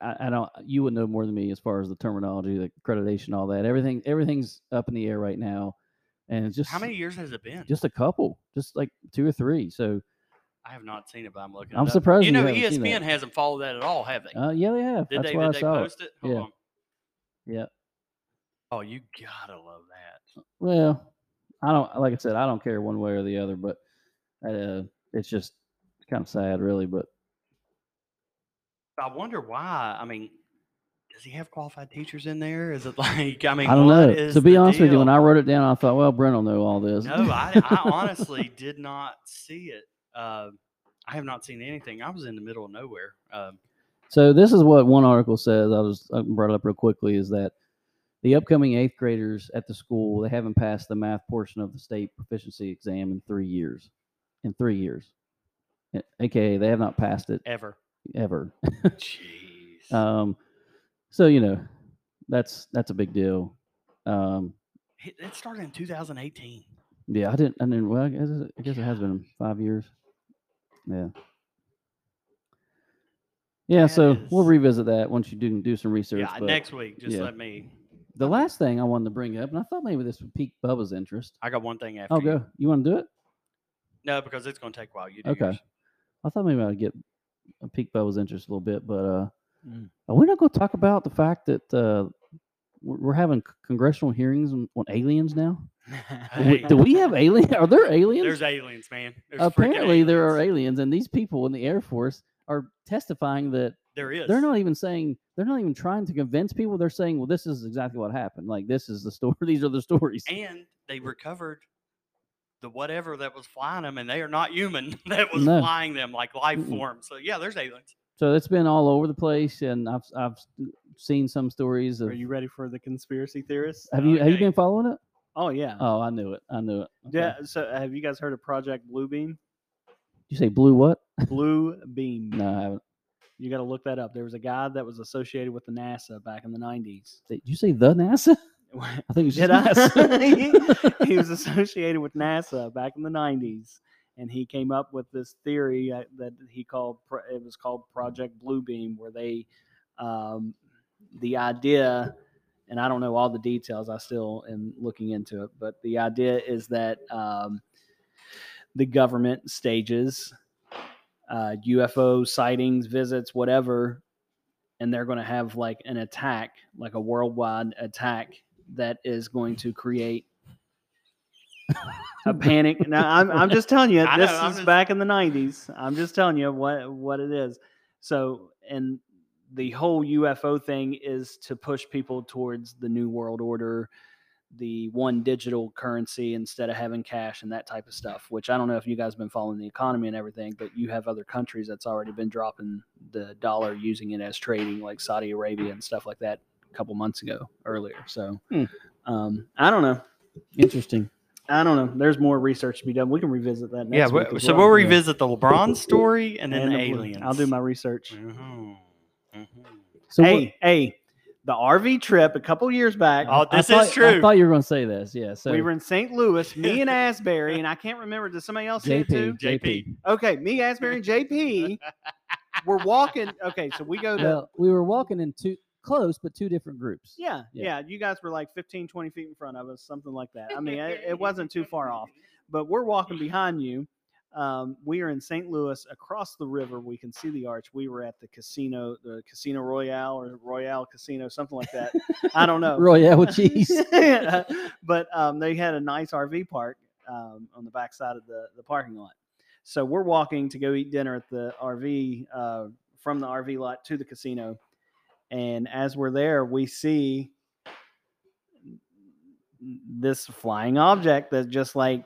Speaker 1: I, I don't. You would know more than me as far as the terminology, the accreditation, all that. Everything, everything's up in the air right now, and it's just
Speaker 3: How many years has it been?
Speaker 1: Just a couple, just like two or three. So,
Speaker 3: I have not seen it, but I'm looking.
Speaker 1: I'm
Speaker 3: it up.
Speaker 1: surprised
Speaker 3: You
Speaker 1: you
Speaker 3: know, E
Speaker 1: haven't seen that.
Speaker 3: ESPN hasn't followed that at all, have they?
Speaker 1: uh, yeah, they have.
Speaker 3: did
Speaker 1: That's
Speaker 3: they?
Speaker 1: why
Speaker 3: Did
Speaker 1: I
Speaker 3: they
Speaker 1: saw it.
Speaker 3: post it? Hold
Speaker 1: Yeah.
Speaker 3: on.
Speaker 1: Yeah.
Speaker 3: Oh, you gotta love that.
Speaker 1: Well, I don't like I said, I don't care one way or the other, but uh, it's just kind of sad, really. But
Speaker 3: I wonder why. I mean, does he have qualified teachers in there? Is it like? I mean,
Speaker 1: I don't
Speaker 3: what
Speaker 1: know.
Speaker 3: is
Speaker 1: To be
Speaker 3: the
Speaker 1: honest with you, when
Speaker 3: deal?
Speaker 1: I wrote it down, I thought, well, Brent will know all this.
Speaker 3: No, I, I honestly did not see it. Uh, I have not seen anything. I was in the middle of nowhere. Um,
Speaker 1: So this is what one article says. I'll just I brought it up real quickly. Is that the upcoming eighth graders at the school they haven't passed the math portion of the state proficiency exam in three years. In three years, A- aka they have not passed it
Speaker 3: ever.
Speaker 1: ever.
Speaker 3: Jeez.
Speaker 1: Um, so you know, that's that's a big deal. Um,
Speaker 3: It it started in 2018.
Speaker 1: yeah, I didn't. I didn't. Well, I guess, it- I guess it has been five years. Yeah. Yeah,
Speaker 3: That
Speaker 1: so we'll
Speaker 3: is-
Speaker 1: revisit that once you do do some research.
Speaker 3: Yeah,
Speaker 1: but-
Speaker 3: next week. Just
Speaker 1: yeah.
Speaker 3: let me.
Speaker 1: The last thing I wanted to bring up, and I thought maybe this would pique Bubba's interest.
Speaker 3: I got one thing after.
Speaker 1: Oh,
Speaker 3: you.
Speaker 1: go. You want to do it?
Speaker 3: No, because it's going to take a while. You do
Speaker 1: Okay.
Speaker 3: yours.
Speaker 1: I thought maybe I'd get uh, pique Bubba's interest a little bit, but uh,
Speaker 2: Mm.
Speaker 1: are we not going to talk about the fact that uh, we're we're having c- congressional hearings on, on aliens now? W-
Speaker 3: Hey,
Speaker 1: Do we have aliens? Are there aliens?
Speaker 3: There's aliens, man. There's freaking
Speaker 1: Apparently, there are
Speaker 3: aliens.
Speaker 1: aliens, and these people in the Air Force are testifying that
Speaker 3: There is.
Speaker 1: They're not even saying they're not even trying to convince people. They're saying, "Well, this is exactly what happened. Like this is the story. These are the stories."
Speaker 3: And they recovered the whatever that was flying them, and they are not human that was
Speaker 1: No.
Speaker 3: flying them like life
Speaker 1: Mm-mm.
Speaker 3: forms. So yeah, there's aliens.
Speaker 1: So it's been all over the place, and I've I've seen some stories of.
Speaker 2: Are you ready for the conspiracy theorists?
Speaker 1: have you have you
Speaker 3: Okay.
Speaker 1: been following it?
Speaker 2: Oh yeah.
Speaker 1: Oh, I knew it. I knew it. Okay.
Speaker 2: Yeah. So uh, have you guys heard of Project Bluebeam?
Speaker 1: You say blue what?
Speaker 2: Blue Beam.
Speaker 1: No, I haven't.
Speaker 2: You got to look that up. There was a guy that was associated with the NASA back in the 90s.
Speaker 1: Did you say the NASA? I think it's just
Speaker 2: Did I?
Speaker 1: NASA.
Speaker 2: he was associated with NASA back in the 90s, and he came up with this theory uh, that he called pro- it was called Project Bluebeam, where they um, the idea, and I don't know all the details. I still am looking into it, but the idea is that um, the government stages uh, UFO sightings, visits, whatever, and they're going to have like an attack, like a worldwide attack that is going to create a panic. Now, I'm, I'm just telling you,
Speaker 3: I know,
Speaker 2: this
Speaker 3: I'm
Speaker 2: is
Speaker 3: just-
Speaker 2: back in the 90s. I'm just telling you what, what it is. So, and the whole UFO thing is to push people towards the New World Order, the one digital currency instead of having cash and that type of stuff, which I don't know if you guys have been following the economy and everything, but you have other countries that's already been dropping the dollar using it as trading, like Saudi Arabia and stuff like that a couple months ago earlier. So
Speaker 1: Hmm.
Speaker 2: um, I don't know.
Speaker 1: Interesting.
Speaker 2: I don't know. There's more research to be done. We can revisit that next week. as
Speaker 3: so
Speaker 2: well.
Speaker 3: we'll
Speaker 2: Yeah.
Speaker 3: revisit the LeBron story and then
Speaker 2: And
Speaker 3: the
Speaker 2: the blue-
Speaker 3: aliens.
Speaker 2: I'll do my research.
Speaker 3: Mhm. Mhm.
Speaker 1: So what-
Speaker 2: hey, hey, the RV trip a couple years back.
Speaker 3: Oh,
Speaker 1: I
Speaker 3: this
Speaker 1: thought-
Speaker 3: is true.
Speaker 1: I thought you were going to say this. Yeah. So
Speaker 2: we were in St. Louis, me and Asbury, and I can't remember. Did somebody else see it too?
Speaker 1: JP,
Speaker 3: JP.
Speaker 2: Okay, me, Asbury, and JP. We're walking. Okay, so we go to
Speaker 1: Well, we were walking in two close, but two different groups.
Speaker 2: yeah,
Speaker 1: yeah.
Speaker 2: yeah, You guys were like 15, 20 feet in front of us, something like that. I mean, it, it wasn't too far off, but we're walking behind you. Um, we are in St. Louis, across the river. We can see the arch. We were at the casino, the Casino Royale or Royale Casino, something like that. I don't know.
Speaker 1: Royale with cheese.
Speaker 2: but um, they had a nice RV park um, on the backside of the, the parking lot. So we're walking to go eat dinner at the RV uh, from the RV lot to the casino. And as we're there, we see this flying object that just like,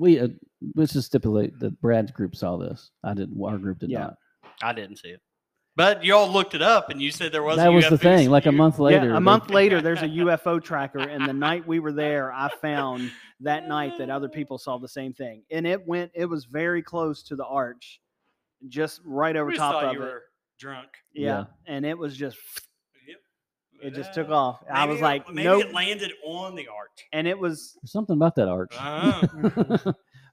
Speaker 1: we uh, let's just stipulate that Brad's group saw this. I didn't. Our group did
Speaker 2: Yeah.
Speaker 1: not.
Speaker 3: I didn't see it, but y'all looked it up and you said there wasn't.
Speaker 1: that was the
Speaker 3: UFOs
Speaker 1: thing. Like a
Speaker 3: here.
Speaker 1: month later.
Speaker 2: yeah,
Speaker 1: they-
Speaker 2: a month later, there's a UFO tracker. And the night we were there, I found that night that other people saw the same thing. And it went, it was very close to the arch, just right over
Speaker 3: We just
Speaker 2: top
Speaker 3: thought
Speaker 2: of
Speaker 3: you
Speaker 2: it.
Speaker 3: were drunk.
Speaker 2: Yeah.
Speaker 1: Yeah.
Speaker 2: And it was just,
Speaker 3: Yep.
Speaker 2: it just took
Speaker 3: Yeah.
Speaker 2: off. I
Speaker 3: Maybe
Speaker 2: was
Speaker 3: it-
Speaker 2: like,
Speaker 3: maybe
Speaker 2: nope.
Speaker 3: it landed on the arch.
Speaker 2: And it was,
Speaker 1: There's something about that arch.
Speaker 3: Uh-huh.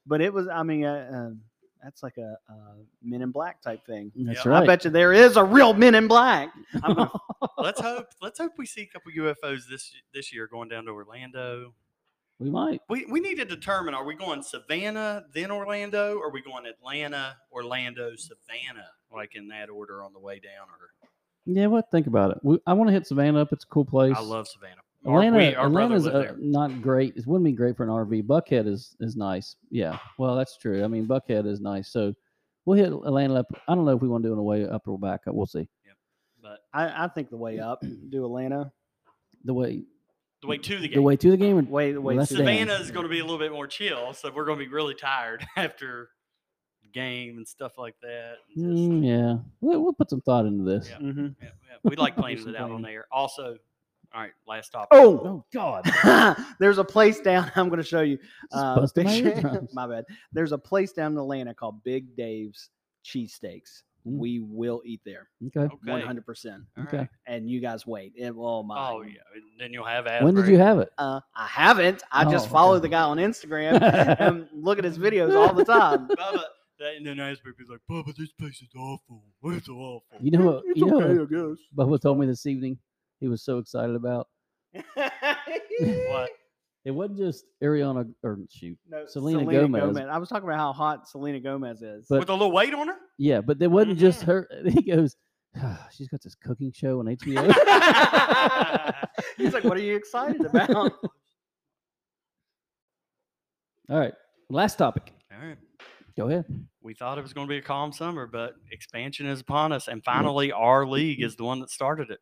Speaker 2: but it was, I mean, uh, um that's like a, uh men in black type thing.
Speaker 1: That's
Speaker 3: Yeah.
Speaker 1: right.
Speaker 2: I bet you there is a real men in black. I'm gonna,
Speaker 3: let's hope. Let's hope we see a couple UFOs this this year going down to Orlando.
Speaker 1: we might.
Speaker 3: We we need to determine: are we going Savannah then Orlando, or are we going Atlanta, Orlando, Savannah, like in that order on the way down? Or
Speaker 1: Yeah. What? Think about it. We, I want to hit Savannah up. It's a cool place.
Speaker 3: I love Savannah. Our-
Speaker 1: Atlanta.
Speaker 3: we- our brother
Speaker 1: Atlanta's
Speaker 3: lived
Speaker 1: uh,
Speaker 3: there.
Speaker 1: not great. It wouldn't be great for an RV. Buckhead is is nice. Yeah. Well, that's true. I mean, Buckhead is nice. So we'll hit Atlanta up. I don't know if we want to do it away up or back. We'll see.
Speaker 3: But
Speaker 2: I, I think the way up, do Atlanta.
Speaker 1: The way
Speaker 3: the way to the game,
Speaker 1: the way to the game. Or,
Speaker 2: Way, the way
Speaker 1: Let's
Speaker 2: to the-
Speaker 1: stay.
Speaker 3: Savannah is going to be a little bit more chill, so we're going to be really tired after the game and stuff like that. and just-
Speaker 1: Mm, yeah. We'll, we'll put some thought into this.
Speaker 3: Yeah.
Speaker 2: Mhm.
Speaker 3: yeah, yeah, we like playing
Speaker 2: some
Speaker 3: it out on
Speaker 2: planning.
Speaker 3: there. Also, all right, last topic.
Speaker 2: Oh,
Speaker 1: God.
Speaker 2: there's a place down. I'm going to show you. Uh,
Speaker 1: busted my
Speaker 2: picture-
Speaker 1: eardrums.
Speaker 2: my bad. There's a place down in Atlanta called Big Dave's Cheesesteaks.
Speaker 1: Mm.
Speaker 2: We will eat there
Speaker 1: Okay.
Speaker 3: Okay.
Speaker 2: one hundred percent.
Speaker 3: All
Speaker 1: Okay.
Speaker 3: right.
Speaker 2: and you guys wait. It, oh my!
Speaker 3: Oh yeah. and Then you'll have.
Speaker 1: When did
Speaker 3: Asbury.
Speaker 1: you have it?
Speaker 2: Uh, I haven't. I
Speaker 1: Oh,
Speaker 2: just
Speaker 1: okay.
Speaker 2: follow the guy on Instagram and look at his videos all the time.
Speaker 3: Bubba, that, and then Asbury be like, Bubba, this place is awful. It's awful.
Speaker 1: You know what? You know what
Speaker 2: okay,
Speaker 1: Bubba told me this evening. He was so excited about.
Speaker 2: I guess.
Speaker 3: what?
Speaker 1: It wasn't just Ariana or shoot.
Speaker 2: No,
Speaker 1: Selena Gomez.
Speaker 2: I was talking about how hot Selena Gomez is.
Speaker 1: But-
Speaker 3: With a little weight on her?
Speaker 1: Yeah, but it wasn't just
Speaker 3: Mhm.
Speaker 1: her. He goes, "Ah, she's got this cooking show on HBO.
Speaker 2: He's like, "What are you excited about?"
Speaker 1: All right. Last topic.
Speaker 3: All right.
Speaker 1: Go ahead.
Speaker 3: we thought it was going to be a calm summer, but expansion is upon us, and finally, our league is the one that started it.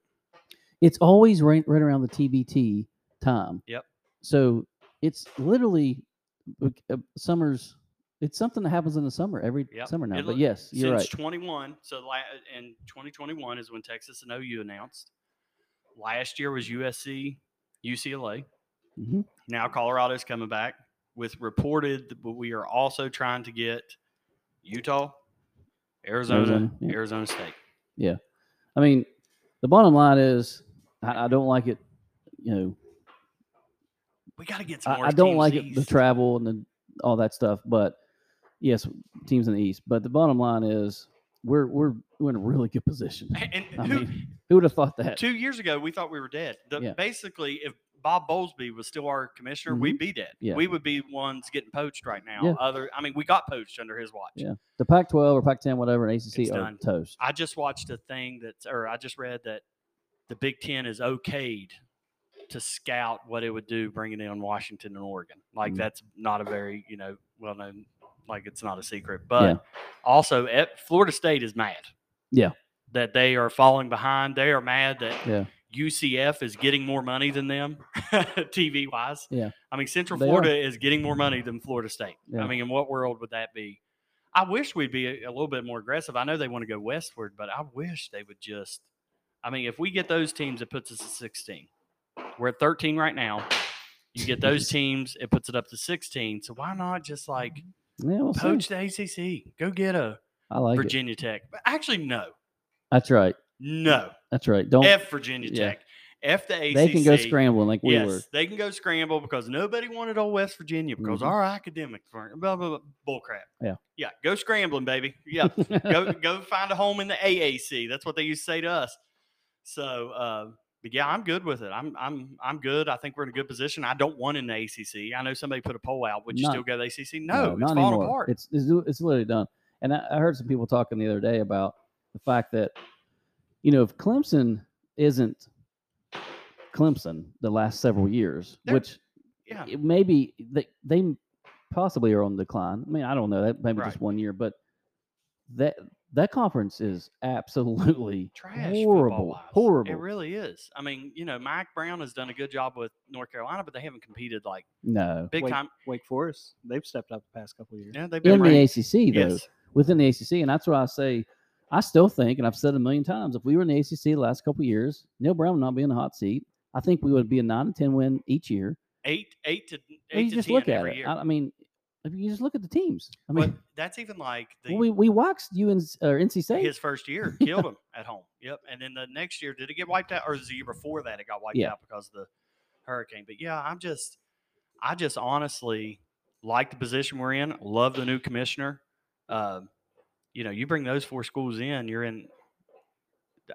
Speaker 1: It's always right, right around the TBT time.
Speaker 3: Yep.
Speaker 1: So it's literally like, uh, summer's. It's something that happens in the summer every
Speaker 3: Yep.
Speaker 1: summer now.
Speaker 3: It
Speaker 1: but
Speaker 3: li-
Speaker 1: yes,
Speaker 3: Since
Speaker 1: you're right.
Speaker 3: 21, so la- in 2021 is when Texas and OU announced. Last year was USC, UCLA.
Speaker 1: hmm
Speaker 3: Now Colorado's coming back with reported, but we are also trying to get Utah, Arizona, Arizona,
Speaker 1: Arizona, yeah.
Speaker 3: State.
Speaker 1: I mean, the bottom line is, I, I don't like it. You know,
Speaker 3: We got to get some
Speaker 1: I,
Speaker 3: more.
Speaker 1: I don't
Speaker 3: teams
Speaker 1: like it, the
Speaker 3: east.
Speaker 1: travel and the, all that stuff. But yes, teams in the East. But the bottom line is, we're we're we're in a really good position.
Speaker 3: And
Speaker 1: I
Speaker 3: who,
Speaker 1: mean, who would have thought that?
Speaker 3: two years ago, we thought we were dead. The,
Speaker 1: Yeah.
Speaker 3: Basically, if Bob Bowlesby was still our commissioner, we'd be dead.
Speaker 1: Mm-hmm. Yeah.
Speaker 3: We would be ones getting poached right now.
Speaker 1: Yeah.
Speaker 3: Other, I mean, we got poached under his watch.
Speaker 1: Yeah. The Pac-12 or Pac-10, whatever, and ACC
Speaker 3: It's
Speaker 1: are
Speaker 3: done.
Speaker 1: toast.
Speaker 3: I just watched a thing that's, or I just read that the Big Ten is okayed to scout what it would do bringing in Washington and Oregon. Like
Speaker 1: Mm.
Speaker 3: that's not a very, you know, well known, like it's not a secret. But also, at, Florida State is mad.
Speaker 1: Yeah.
Speaker 3: That they are falling behind. They are mad that
Speaker 1: Yeah.
Speaker 3: UCF is getting more money than them, TV wise.
Speaker 1: Yeah.
Speaker 3: I mean, Central
Speaker 1: They are.
Speaker 3: Florida is getting more money than Florida State.
Speaker 1: Yeah.
Speaker 3: I mean, in what world would that be? I wish we'd be a, a little bit more aggressive. I know they want to go westward, but I wish they would just. I mean, if we get those teams, it puts us at 16. We're at 13 right now. You get those teams, it puts it up to 16. So why not just like
Speaker 1: Yeah, we'll see.
Speaker 3: poach the ACC? Go get a
Speaker 1: I like it.
Speaker 3: Virginia Tech. But actually, no,
Speaker 1: That's right.
Speaker 3: no.
Speaker 1: That's right. Don't
Speaker 3: F Virginia
Speaker 1: yeah.
Speaker 3: Tech. F the ACC.
Speaker 1: they can go scrambling like we
Speaker 3: yes,
Speaker 1: were.
Speaker 3: they can go scramble because nobody wanted old West Virginia because
Speaker 1: Mhm.
Speaker 3: our academics weren't blah blah blah bullcrap.
Speaker 1: Yeah.
Speaker 3: yeah, go scrambling, baby. Yeah, go go find a home in the AAC. That's what they used to say to us. So, uh, but yeah, I'm good with it. I'm I'm I'm good. I think we're in a good position. I don't want in the ACC. I know somebody put a poll out. Would you
Speaker 1: Not-
Speaker 3: still go to the ACC? No, it's
Speaker 1: not
Speaker 3: falling
Speaker 1: anymore.
Speaker 3: apart.
Speaker 1: It's, it's li- it's literally done. And I, I heard some people talking the other day about the fact that you know if Clemson isn't Clemson the last several years,
Speaker 3: They're-
Speaker 1: which
Speaker 3: yeah,
Speaker 1: it- maybe they they m- possibly are on decline. I mean, I don't know that maybe
Speaker 3: Right.
Speaker 1: just one year, but that that conference is absolutely
Speaker 3: trash.
Speaker 1: horrible,
Speaker 3: football-wise.
Speaker 1: horrible.
Speaker 3: It really is. I mean, you know, Mike Brown has done a good job with North Carolina, but they haven't competed like
Speaker 1: no,
Speaker 3: big
Speaker 2: Wait,
Speaker 3: time.
Speaker 2: Wake Forest, they've stepped up the past couple of years.
Speaker 3: Yeah, they've been
Speaker 1: in the
Speaker 3: ranked.
Speaker 1: ACC though,
Speaker 3: Yes.
Speaker 1: within the ACC, and that's why I say I still think, and I've said it a million times, if we were in the ACC the last couple of years, Neil Brown would not be in the hot seat. I think we would be a nine to ten win each year.
Speaker 3: eight eight to
Speaker 1: I mean,
Speaker 3: eight
Speaker 1: you
Speaker 3: to
Speaker 1: just
Speaker 3: ten
Speaker 1: look at
Speaker 3: every
Speaker 1: it.
Speaker 3: year.
Speaker 1: I, I mean, I mean, you just look at the teams. I
Speaker 3: but
Speaker 1: mean,
Speaker 3: that's even like the,
Speaker 1: well, we we waxed UN or NC State.
Speaker 3: his first year killed him at home. Yep. And then the next year, did it get wiped out, or the year before that it got wiped
Speaker 1: Yeah.
Speaker 3: out because of the hurricane? But yeah, I'm just, I just honestly like the position we're in. Love the new commissioner. Um, you know, you bring those four schools in, you're in.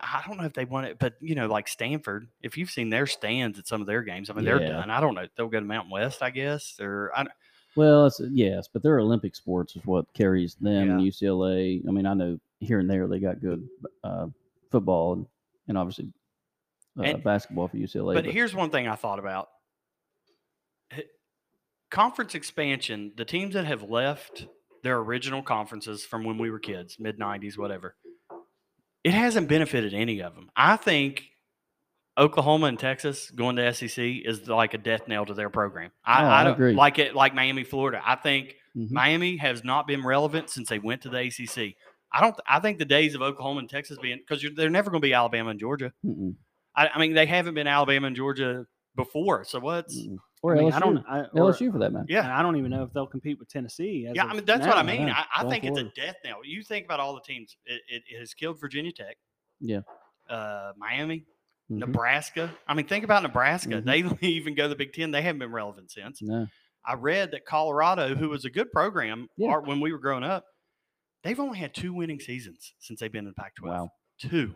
Speaker 3: I don't know if they want it, but you know, like Stanford, if you've seen their stands at some of their games, I mean, they're
Speaker 1: Yeah.
Speaker 3: done. I don't know. They'll go to Mountain West, I guess, or I,
Speaker 1: Well, it's, yes, but their Olympic sports is what carries them and
Speaker 3: Yeah.
Speaker 1: UCLA. I mean, I know here and there they got good uh, football and, and obviously uh,
Speaker 3: And-
Speaker 1: basketball for UCLA.
Speaker 3: But here's one thing I thought about. H- Conference expansion, the teams that have left their original conferences from when we were kids, mid 90s, whatever, it hasn't benefited any of them. I think Oklahoma and Texas going to SEC is like a death knell to their program. I,
Speaker 1: Oh, I
Speaker 3: I, don't
Speaker 1: agree.
Speaker 3: like it, like Miami, Florida. I think
Speaker 1: Mhm.
Speaker 3: Miami has not been relevant since they went to the ACC. I don't. I think the days of Oklahoma and Texas being because they're never going to be Alabama and Georgia.
Speaker 1: Mm-mm,
Speaker 3: I, I mean, they haven't been Alabama and Georgia before. So what's
Speaker 1: mm-mm. or
Speaker 2: I, mean,
Speaker 1: LSU,
Speaker 2: I don't. I, or-
Speaker 1: LSU for that matter.
Speaker 2: and
Speaker 3: yeah.
Speaker 2: I don't even know if they'll compete with Tennessee. as
Speaker 3: Yeah, I
Speaker 2: of
Speaker 3: mean that's what I
Speaker 2: now.
Speaker 1: now,
Speaker 3: mean.
Speaker 1: yeah,
Speaker 3: I, I
Speaker 1: going
Speaker 3: think it's a
Speaker 1: forward.
Speaker 3: death knell. You think about all the teams. It, it, it has killed Virginia Tech.
Speaker 1: Yeah.
Speaker 3: Uh, Miami,
Speaker 1: Mhm.
Speaker 3: Nebraska. I mean, think about Nebraska.
Speaker 1: Mhm.
Speaker 3: They didn't even go to the Big Ten. They haven't been relevant since.
Speaker 1: No,
Speaker 3: I read that Colorado, who was a good program
Speaker 1: Yeah.
Speaker 3: or when we were growing up, they've only had two winning seasons since they've been in the Pac-12.
Speaker 1: wow.
Speaker 3: Two.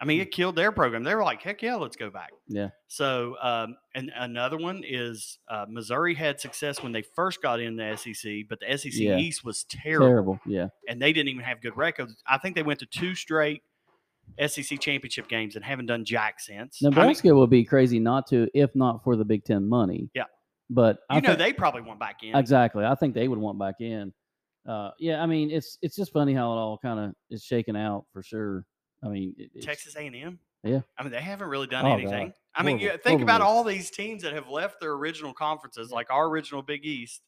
Speaker 3: I mean, it killed their program. They were like, heck yeah, let's go back.
Speaker 1: Yeah.
Speaker 3: So, um, and another one is uh, Missouri had success when they first got in the SEC, but the SEC
Speaker 1: Yeah.
Speaker 3: East was terrible,
Speaker 1: Terrible. Yeah.
Speaker 3: and they didn't even have good records. I think they went to two straight SEC championship games and haven't done jack since. I mean,
Speaker 1: Nebraska would be crazy not to, if not for the Big Ten money.
Speaker 3: Yeah.
Speaker 1: But I
Speaker 3: you know,
Speaker 1: think-
Speaker 3: they probably went back in.
Speaker 1: exactly. I think they would want back in. uh, yeah, I mean, it's it's just funny how it all kind of is shaking out for sure. I mean, it, it's-
Speaker 3: Texas A&M.
Speaker 1: Yeah.
Speaker 3: I mean, they haven't really done
Speaker 1: Oh, God.
Speaker 3: anything. I mean, you
Speaker 1: Horrible,
Speaker 3: think about
Speaker 1: horrible.
Speaker 3: all these teams that have left their original conferences, like our original Big East.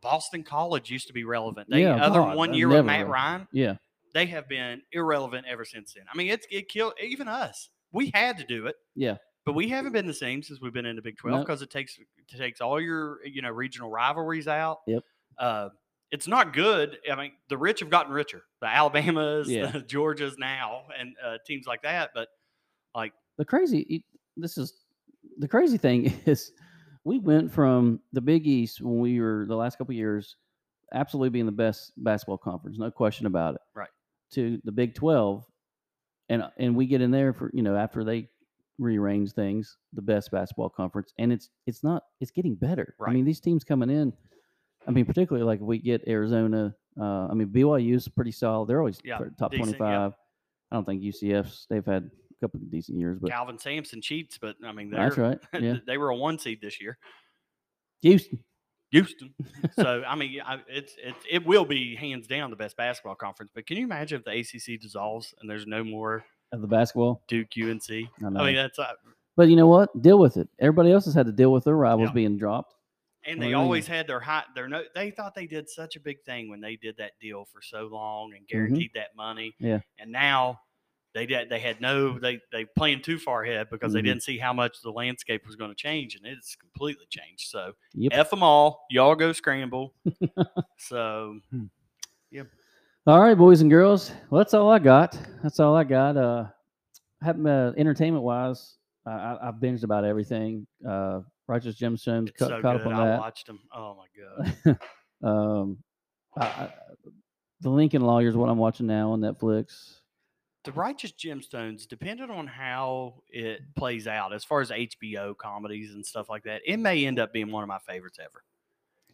Speaker 3: Boston College used to be relevant. They,
Speaker 1: Yeah,
Speaker 3: other
Speaker 1: God,
Speaker 3: one
Speaker 1: they're
Speaker 3: year with
Speaker 1: never
Speaker 3: Matt
Speaker 1: relevant.
Speaker 3: Ryan,
Speaker 1: yeah,
Speaker 3: they have been irrelevant ever since then. I mean, it's it killed even us. We had to do it.
Speaker 1: Yeah.
Speaker 3: But we haven't been the same since we've been in the Big Twelve
Speaker 1: Nope.
Speaker 3: because it takes it takes all your you know regional rivalries out.
Speaker 1: Yep.
Speaker 3: Uh, it's not good. I mean, the rich have gotten richer. The Alabamas,
Speaker 1: Yeah.
Speaker 3: the Georgias now, and uh, teams like that. But
Speaker 1: the crazy it- this is the crazy thing is we went from the Big East when we were the last couple of years absolutely being the best basketball conference, no question about it.
Speaker 3: Right.
Speaker 1: To the Big 12 and and we get in there for, you know, after they rearrange things, the best basketball conference and it's it's not it's getting better. I
Speaker 3: Right.
Speaker 1: mean, these teams coming in I mean, particularly like we get Arizona. Uh, I mean, BYU's pretty solid. They're always
Speaker 3: Yeah,
Speaker 1: thir- top
Speaker 3: decent, yeah.
Speaker 1: 25. I don't think UCF's. They've had a couple of decent years, but
Speaker 3: Calvin Sampson cheats, but I mean,
Speaker 1: that's
Speaker 3: they're-
Speaker 1: right. Yeah,
Speaker 3: they were a one seed this year,
Speaker 1: Houston.
Speaker 3: Houston. so I mean, I, it's it it will be hands down the best basketball conference. But can you imagine if the ACC dissolves and there's no more
Speaker 1: of the basketball.
Speaker 3: Duke, UNC? I,
Speaker 1: I know.
Speaker 3: mean, that's uh,
Speaker 1: but you know what? Deal with it. Everybody else has had to deal with their rivals
Speaker 3: Yeah.
Speaker 1: being dropped.
Speaker 3: and
Speaker 1: Well,
Speaker 3: they
Speaker 1: yeah.
Speaker 3: always had their high their no. They thought they did such a big thing when they did that deal for so long and guaranteed that money.
Speaker 1: Mm-hmm. Yeah.
Speaker 3: and now. They did, they had no they they planned too far ahead because they
Speaker 1: Mhm.
Speaker 3: didn't see how much the landscape was going to change and it's completely changed. So
Speaker 1: Yep.
Speaker 3: F them all. Y'all go scramble. so
Speaker 1: All right, boys and girls. Well, that's all I got. That's all I got. Uh, haven't uh, entertainment wise, I, I, I've binged about everything. Uh, Righteous Gemstones
Speaker 3: it's
Speaker 1: cut,
Speaker 3: so
Speaker 1: caught
Speaker 3: good.
Speaker 1: up on
Speaker 3: I
Speaker 1: that.
Speaker 3: watched them. Oh my god.
Speaker 1: um, I, I, the Lincoln Lawyer is what I'm watching now on Netflix.
Speaker 3: The Righteous Gemstones, depending on how it plays out, as far as HBO comedies and stuff like that, it may end up being one of my favorites ever.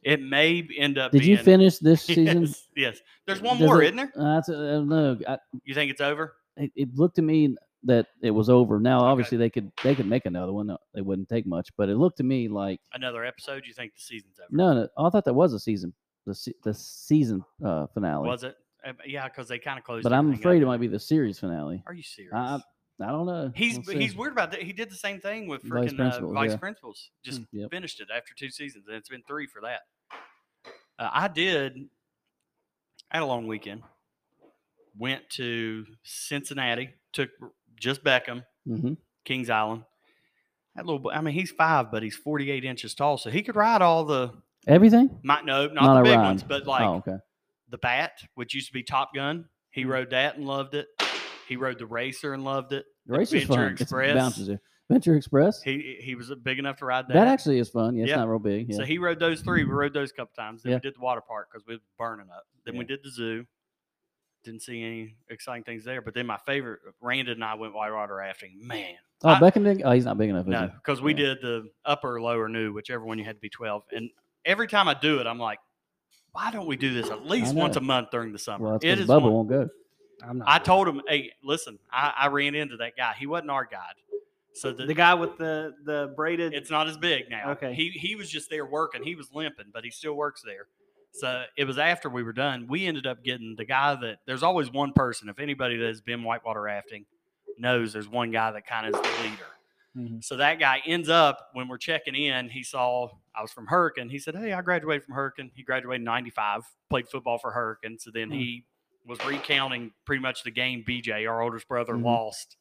Speaker 3: It may b- end up.
Speaker 1: Did you
Speaker 3: being-
Speaker 1: finish this season?
Speaker 3: Yes, yes. There's one
Speaker 1: Does
Speaker 3: more,
Speaker 1: it-
Speaker 3: isn't there?
Speaker 1: Uh, that's a, uh, no. I,
Speaker 3: You think it's over?
Speaker 1: it, it looked to me that it was over. Now,
Speaker 3: Okay.
Speaker 1: obviously, they could they could make another one. uh, It wouldn't take much, but it looked to me like
Speaker 3: Another episode? You think the season's over?
Speaker 1: no, no. I thought that was a season, the se- the season uh, finale.
Speaker 3: Was it? Uh, Yeah, because they kind of closed.
Speaker 1: but I'm
Speaker 3: everything up,
Speaker 1: afraid it
Speaker 3: didn't
Speaker 1: might
Speaker 3: they?
Speaker 1: be the series finale.
Speaker 3: Are you serious?
Speaker 1: I I don't know.
Speaker 3: He's
Speaker 1: We'll
Speaker 3: he's
Speaker 1: see.
Speaker 3: weird about that. He did the same thing with
Speaker 1: Vice
Speaker 3: freaking uh,
Speaker 1: Principals,
Speaker 3: vice
Speaker 1: yeah. Mm,
Speaker 3: principals. Just
Speaker 1: Yep.
Speaker 3: finished it after two seasons, and it's been three for that. Uh, I did. I had a long weekend. Went to Cincinnati. Took r- just Beckham,
Speaker 1: Mhm.
Speaker 3: Kings Island. That little. boy- I mean, he's five, but he's forty-eight inches tall, so he could ride all the.
Speaker 1: Everything?
Speaker 3: Might no, not,
Speaker 1: Not
Speaker 3: the
Speaker 1: a
Speaker 3: big
Speaker 1: ride.
Speaker 3: ones, but like
Speaker 1: oh, Mm. okay.
Speaker 3: the bat, which used to be Top Gun. He rode that and loved it. He rode the racer and loved it.
Speaker 1: The race is
Speaker 3: Adventure
Speaker 1: fun.
Speaker 3: Express.
Speaker 1: It's bounces there. Venture Express.
Speaker 3: He he was big enough to ride that.
Speaker 1: that actually is fun. Yeah, it's
Speaker 3: Yeah.
Speaker 1: not real big. Yeah.
Speaker 3: So he rode those three. We rode those a couple times. Then
Speaker 1: Yeah.
Speaker 3: we did the water park because we was burning up. Then we
Speaker 1: Yeah.
Speaker 3: did the zoo. Didn't see any exciting things there. But then my favorite, Randon and I went whitewater rafting. Man,
Speaker 1: oh,
Speaker 3: I-
Speaker 1: Beckham didn't. Oh, he's not big enough. Is
Speaker 3: no,
Speaker 1: he?
Speaker 3: because we
Speaker 1: Yeah.
Speaker 3: did the upper, or lower, new, whichever one you had to be twelve. And every time I do it, I'm like, why don't we do this at least once a
Speaker 1: know.
Speaker 3: month during the summer?
Speaker 1: Well, that's
Speaker 3: it
Speaker 1: because
Speaker 3: is
Speaker 1: Bubba
Speaker 3: one-
Speaker 1: won't go.
Speaker 2: I'm not.
Speaker 3: I told him, hey, listen, I, I ran into that guy. He wasn't our guide, so the,
Speaker 2: the guy with the the braided.
Speaker 3: It's not as big now.
Speaker 2: Okay.
Speaker 3: He he was just there working. He was limping, but he still works there. So it was after we were done. We ended up getting the guy that there's always one person. If anybody that has been whitewater rafting knows, there's one guy that kind of is the leader.
Speaker 2: Mhm.
Speaker 3: So that guy ends up when we're checking in. He saw I was from Hurricane. He said, "Hey, I graduated from Hurricane. He graduated in '95. Played football for Hurricane. So then
Speaker 2: Hmm.
Speaker 3: he was recounting pretty much the game BJ, our oldest brother,
Speaker 1: Mhm.
Speaker 3: lost.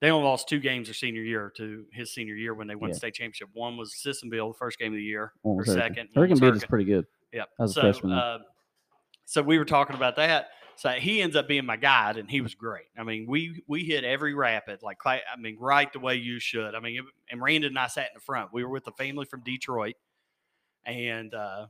Speaker 3: They only lost two games their senior year to his senior year when they won
Speaker 1: Yeah.
Speaker 3: the state championship. One was Sissonville, the first game of the year,
Speaker 1: One
Speaker 3: or
Speaker 1: was Hurricane.
Speaker 3: second. one
Speaker 1: Hurricane
Speaker 3: was
Speaker 1: Beach is
Speaker 3: Hurricane.
Speaker 1: pretty good.
Speaker 3: Yep.
Speaker 1: I was a
Speaker 3: so,
Speaker 1: freshman then.
Speaker 3: uh, so we were talking about that. So he ends up being my guide, and he was great. I mean, we we hit every rapid like cla- I mean, right the way you should. I mean, it- and Randon and I sat in the front. We were with a family from Detroit, and uh,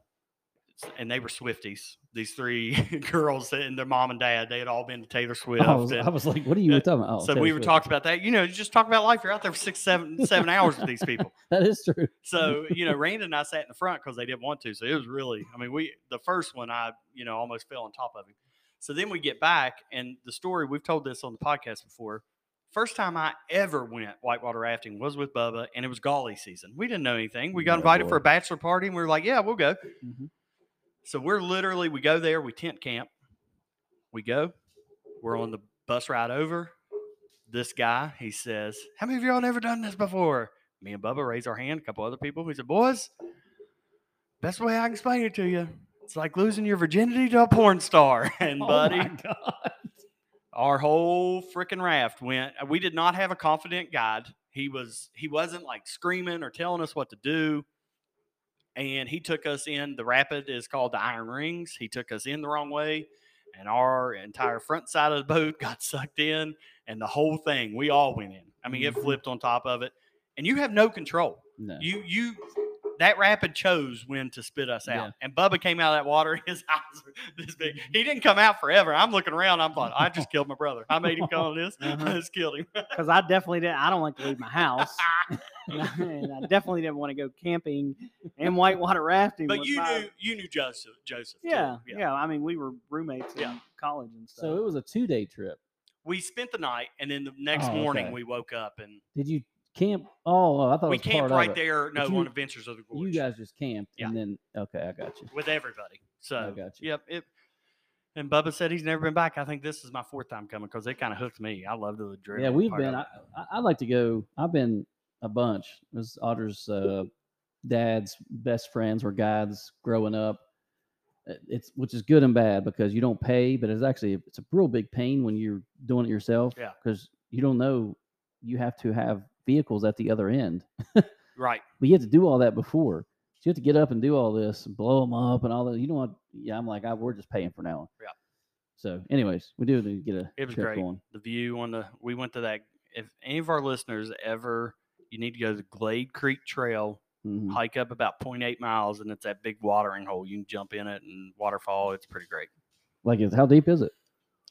Speaker 3: s- and they were Swifties. These three girls and their mom and dad, they had all been to Taylor Swift.
Speaker 1: I was,
Speaker 3: and-
Speaker 1: I was like, what are you
Speaker 3: uh,
Speaker 1: talking about? Oh,
Speaker 3: so
Speaker 1: Taylor
Speaker 3: we were
Speaker 1: Swift.
Speaker 3: talking about that. You know, you just talk about life. You're out there for six, seven, seven hours with these people.
Speaker 1: That is true.
Speaker 3: So, you know, Rand and I sat in the front because they didn't want to. So it was really, I mean, we, the first one, I, you know, almost fell on top of him. So then we get back, and the story, we've told this on the podcast before. First time I ever went whitewater rafting was with Bubba, and it was golly season. We didn't know anything. We got
Speaker 1: Oh,
Speaker 3: invited
Speaker 1: boy. Mm-hmm.
Speaker 3: for a bachelor party, and we were like, yeah, we'll go.
Speaker 2: Mhm.
Speaker 3: So we're literally we go there, we tent camp, we go, we're on the bus ride over. This guy, he says, "How many of y'all never done this before?" Me and Bubba raise our hand. A couple other people. He said, "Boys, best way I can explain it to you, it's like losing your virginity to a porn star." And buddy,
Speaker 1: Oh my God.
Speaker 3: our whole freaking raft went we did not have a confident guide he was he wasn't like screaming or telling us what to do and he took us in the rapid is called the iron rings he took us in the wrong way and our entire front side of the boat got sucked in and the whole thing we all went in i mean it
Speaker 1: Mhm.
Speaker 3: flipped on top of it and you have no control
Speaker 1: No.
Speaker 3: you you that rapid chose when to spit us out.
Speaker 1: Yeah.
Speaker 3: And Bubba came out of that water, his eyes were this big. He didn't come out forever. I'm looking around, I'm like, I just killed my brother. I made him come on this.
Speaker 2: Uh-huh.
Speaker 3: I just killed him.
Speaker 2: because I definitely didn't. I don't like to leave my house, and I, and I definitely didn't want to go camping and whitewater rafting.
Speaker 3: But
Speaker 2: with
Speaker 3: you
Speaker 2: my-
Speaker 3: knew you knew Joseph Joseph. too.
Speaker 2: yeah, yeah, I mean, we were roommates in college and stuff.
Speaker 1: So it was a two day trip.
Speaker 3: We spent the night and then the next
Speaker 1: Oh,
Speaker 3: morning
Speaker 1: okay.
Speaker 3: we woke up and
Speaker 1: Did you camp? Oh, I thought
Speaker 3: we
Speaker 1: it was part
Speaker 3: camped
Speaker 1: of
Speaker 3: right
Speaker 1: it.
Speaker 3: there, no,
Speaker 1: But you-
Speaker 3: on Adventures of the
Speaker 1: You
Speaker 3: Gorge.
Speaker 1: guys just camped,
Speaker 3: Yeah.
Speaker 1: and then okay, I got you.
Speaker 3: with everybody. So
Speaker 1: got you.
Speaker 3: yep, it and Bubba said he's never been back. I think this is my fourth time coming because it kind of hooked me. I love the adrenaline.
Speaker 1: Yeah, we've
Speaker 3: part of
Speaker 1: been.
Speaker 3: it.
Speaker 1: I, I- I like to go. I've been a bunch. It was Otter's uh, dad's best friends were guides growing up. Uh, It's which is good and bad because you don't pay, but it's actually it's a real big pain when you're doing it yourself.
Speaker 3: Yeah.
Speaker 1: because you don't know you have to have vehicles at the other end,
Speaker 3: right.
Speaker 1: but you have to do all that before. So you have to get up and do all this, and blow them up, and all that. You know what? Yeah, I'm like, I, we're just paying for now.
Speaker 3: Yeah.
Speaker 1: So, anyways, we do need to get a
Speaker 3: It was
Speaker 1: trip
Speaker 3: great.
Speaker 1: going.
Speaker 3: the view on the we went to that if any of our listeners ever you need to go to the glade creek trail
Speaker 1: Mhm.
Speaker 3: hike up about 0.8 miles and it's that big watering hole you can jump in it and waterfall it's pretty great
Speaker 1: Like, it's- how deep is it?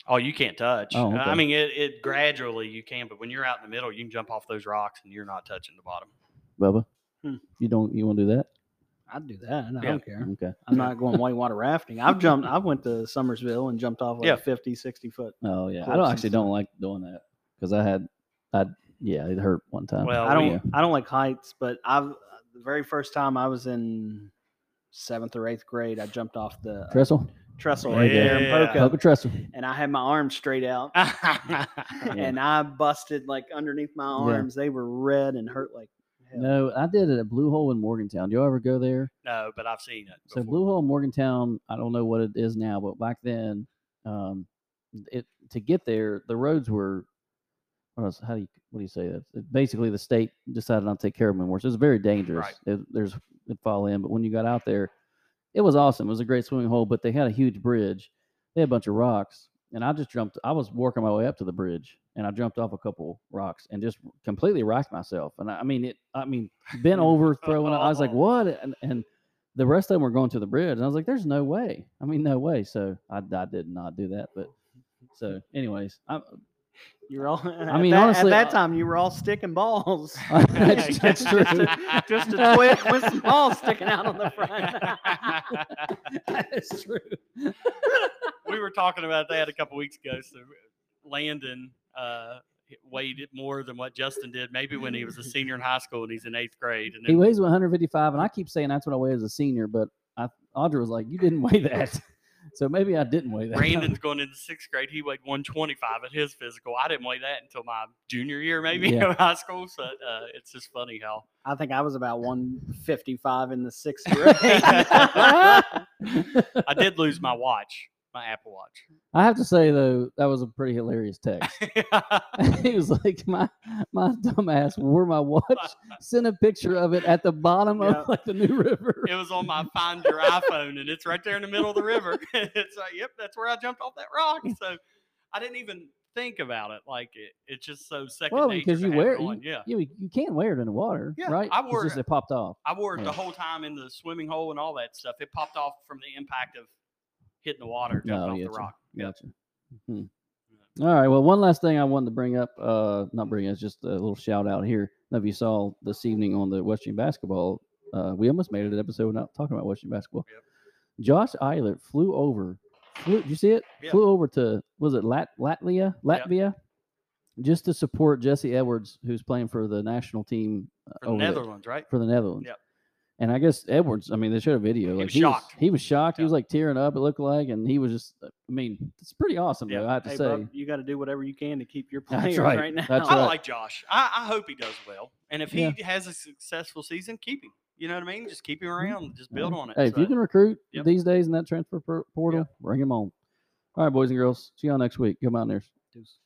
Speaker 3: oh you can't touch
Speaker 1: Oh,
Speaker 3: Uh, i
Speaker 1: okay.
Speaker 3: mean it, it gradually you can but when you're out in the middle you can jump off those rocks and you're not touching the bottom
Speaker 1: Bubba.
Speaker 2: Hmm.
Speaker 1: You don't you want to do that?
Speaker 2: I'd do that. I
Speaker 3: Yeah.
Speaker 2: don't care.
Speaker 1: Okay.
Speaker 2: I'm not going whitewater rafting. I've jumped. I went to Somersville and jumped off like
Speaker 3: Yeah.
Speaker 2: 50, 60 foot.
Speaker 1: Oh yeah. I
Speaker 2: Cool,
Speaker 1: don't
Speaker 2: sounds
Speaker 1: actually don't like doing that because I had I yeah it hurt one time.
Speaker 3: Well,
Speaker 2: I don't.
Speaker 3: we-
Speaker 2: I don't like heights, but I've the very first time I was in seventh or eighth grade, I jumped off the uh,
Speaker 1: trestle,
Speaker 2: trestle right there in
Speaker 3: Yeah.
Speaker 2: Boca,
Speaker 1: poker trestle.
Speaker 2: and I had my arms straight out. and I busted like underneath my
Speaker 1: Yeah.
Speaker 2: arms. They were red and hurt like hell.
Speaker 1: No, I did it at Blue Hole in Morgantown. Do you ever go there?
Speaker 3: no but i've seen it
Speaker 1: So Blue Hole in Morgantown, I don't know what it is now, but back then, um, it to get there, the roads were. What else, how do you what do you say that? It- Basically, the state decided not to take care of them anymore. So it's very dangerous. It, there's it fall in, but when you got out there, it was awesome. It was a great swimming hole, but they had a huge bridge. They had a bunch of rocks, and I just jumped. I was working my way up to the bridge, and I jumped off a couple rocks and just completely racked myself. And I, I mean it. I mean bent over, throwing. up. I was like, what? And, and the rest of them were going to the bridge, and I was like, there's no way. I mean, no way. So I, I did not do that, but. So, anyways, I,
Speaker 2: You were all. I
Speaker 1: mean,
Speaker 2: mean, that,
Speaker 1: honestly, uh
Speaker 2: at
Speaker 1: I-
Speaker 2: that time you were all sticking balls.
Speaker 1: that's, that's true.
Speaker 2: just, a, just a twig with some balls sticking out on the front.
Speaker 1: that's true.
Speaker 3: we were talking about that a couple weeks ago. So Landon uh, weighed it more than what Justin did, maybe when he was a senior in high school and he's in eighth grade. And
Speaker 1: He
Speaker 3: then,
Speaker 1: weighs 155, and I keep saying that's what I weigh as a senior, but I, Audra was like, "You didn't weigh that," so maybe I didn't weigh that.
Speaker 3: Brandon's going into sixth grade. He weighed 125 at his physical. I didn't weigh that until my junior year, maybe
Speaker 1: Yeah.
Speaker 3: in high school. So uh, it's just funny how
Speaker 2: I think I was about 155 in the sixth grade. I
Speaker 3: I did lose my watch, my Apple Watch.
Speaker 1: I have to say though, that was a pretty hilarious text. he was like, "My my dumbass wore my watch, sent a picture of it at the bottom
Speaker 2: Yeah.
Speaker 1: of like the New River."
Speaker 3: it was on my Find Your iPhone, and it's right there in the middle of the river. it's like, yep, that's where I jumped off that rock.
Speaker 1: Hmm.
Speaker 3: So I didn't even think about it. Like it, it's just so second
Speaker 1: Well,
Speaker 3: nature
Speaker 1: because
Speaker 3: to
Speaker 1: you
Speaker 3: have it
Speaker 1: wear it,
Speaker 3: on. yeah.
Speaker 1: You, you can wear it in the water,
Speaker 3: Yeah,
Speaker 1: right?
Speaker 3: I
Speaker 1: It's
Speaker 3: wore
Speaker 1: just
Speaker 3: it.
Speaker 1: it popped off.
Speaker 3: I wore it
Speaker 1: Yeah.
Speaker 3: the whole time in the swimming hole and all that stuff. It popped off from the impact of hitting the water, jumping
Speaker 1: No,
Speaker 3: off the
Speaker 1: gotcha,
Speaker 3: rock. Yeah.
Speaker 1: Gotcha. Mhm. All right. Well, one last thing I wanted to bring up, uh, not bring it's just a little shout out here. None of you saw this evening on the Western basketball. Uh, we almost made it an episode without talking about Western basketball.
Speaker 3: Yep.
Speaker 1: Josh Eilert flew over. Flew, did you see it?
Speaker 3: Yeah.
Speaker 1: Flew over to was it Lat, Latvia?
Speaker 3: Yep.
Speaker 1: Latvia, just to support Jesse Edwards, who's playing for the national team uh,
Speaker 3: From
Speaker 1: over
Speaker 3: the
Speaker 1: there
Speaker 3: Netherlands, right?
Speaker 1: for the Netherlands.
Speaker 3: Yep.
Speaker 1: And I guess Edwards, I mean, they showed a video. Like
Speaker 3: was
Speaker 1: he was,
Speaker 3: shocked.
Speaker 1: he was shocked. He
Speaker 3: Yeah.
Speaker 1: was like tearing up. It looked like, and he was just. uh, I mean, it's pretty awesome.
Speaker 3: Yeah.
Speaker 1: Though, I have to
Speaker 2: Hey,
Speaker 1: say,
Speaker 2: bub, you got to do whatever you can to keep your
Speaker 1: That's
Speaker 2: players
Speaker 1: right.
Speaker 2: right. now.
Speaker 1: That's
Speaker 3: I
Speaker 1: right.
Speaker 3: like Josh. I, I hope he does well. And if he has a successful season, keep him. You know what I mean? Just keep him around. Just build on it.
Speaker 1: Hmm. Hey, if you
Speaker 3: So,
Speaker 1: can recruit
Speaker 3: Yep.
Speaker 1: these days in that transfer por- portal, bring him on. All right, boys and girls. See y'all next week. Go Mountaineers.
Speaker 2: Deuce.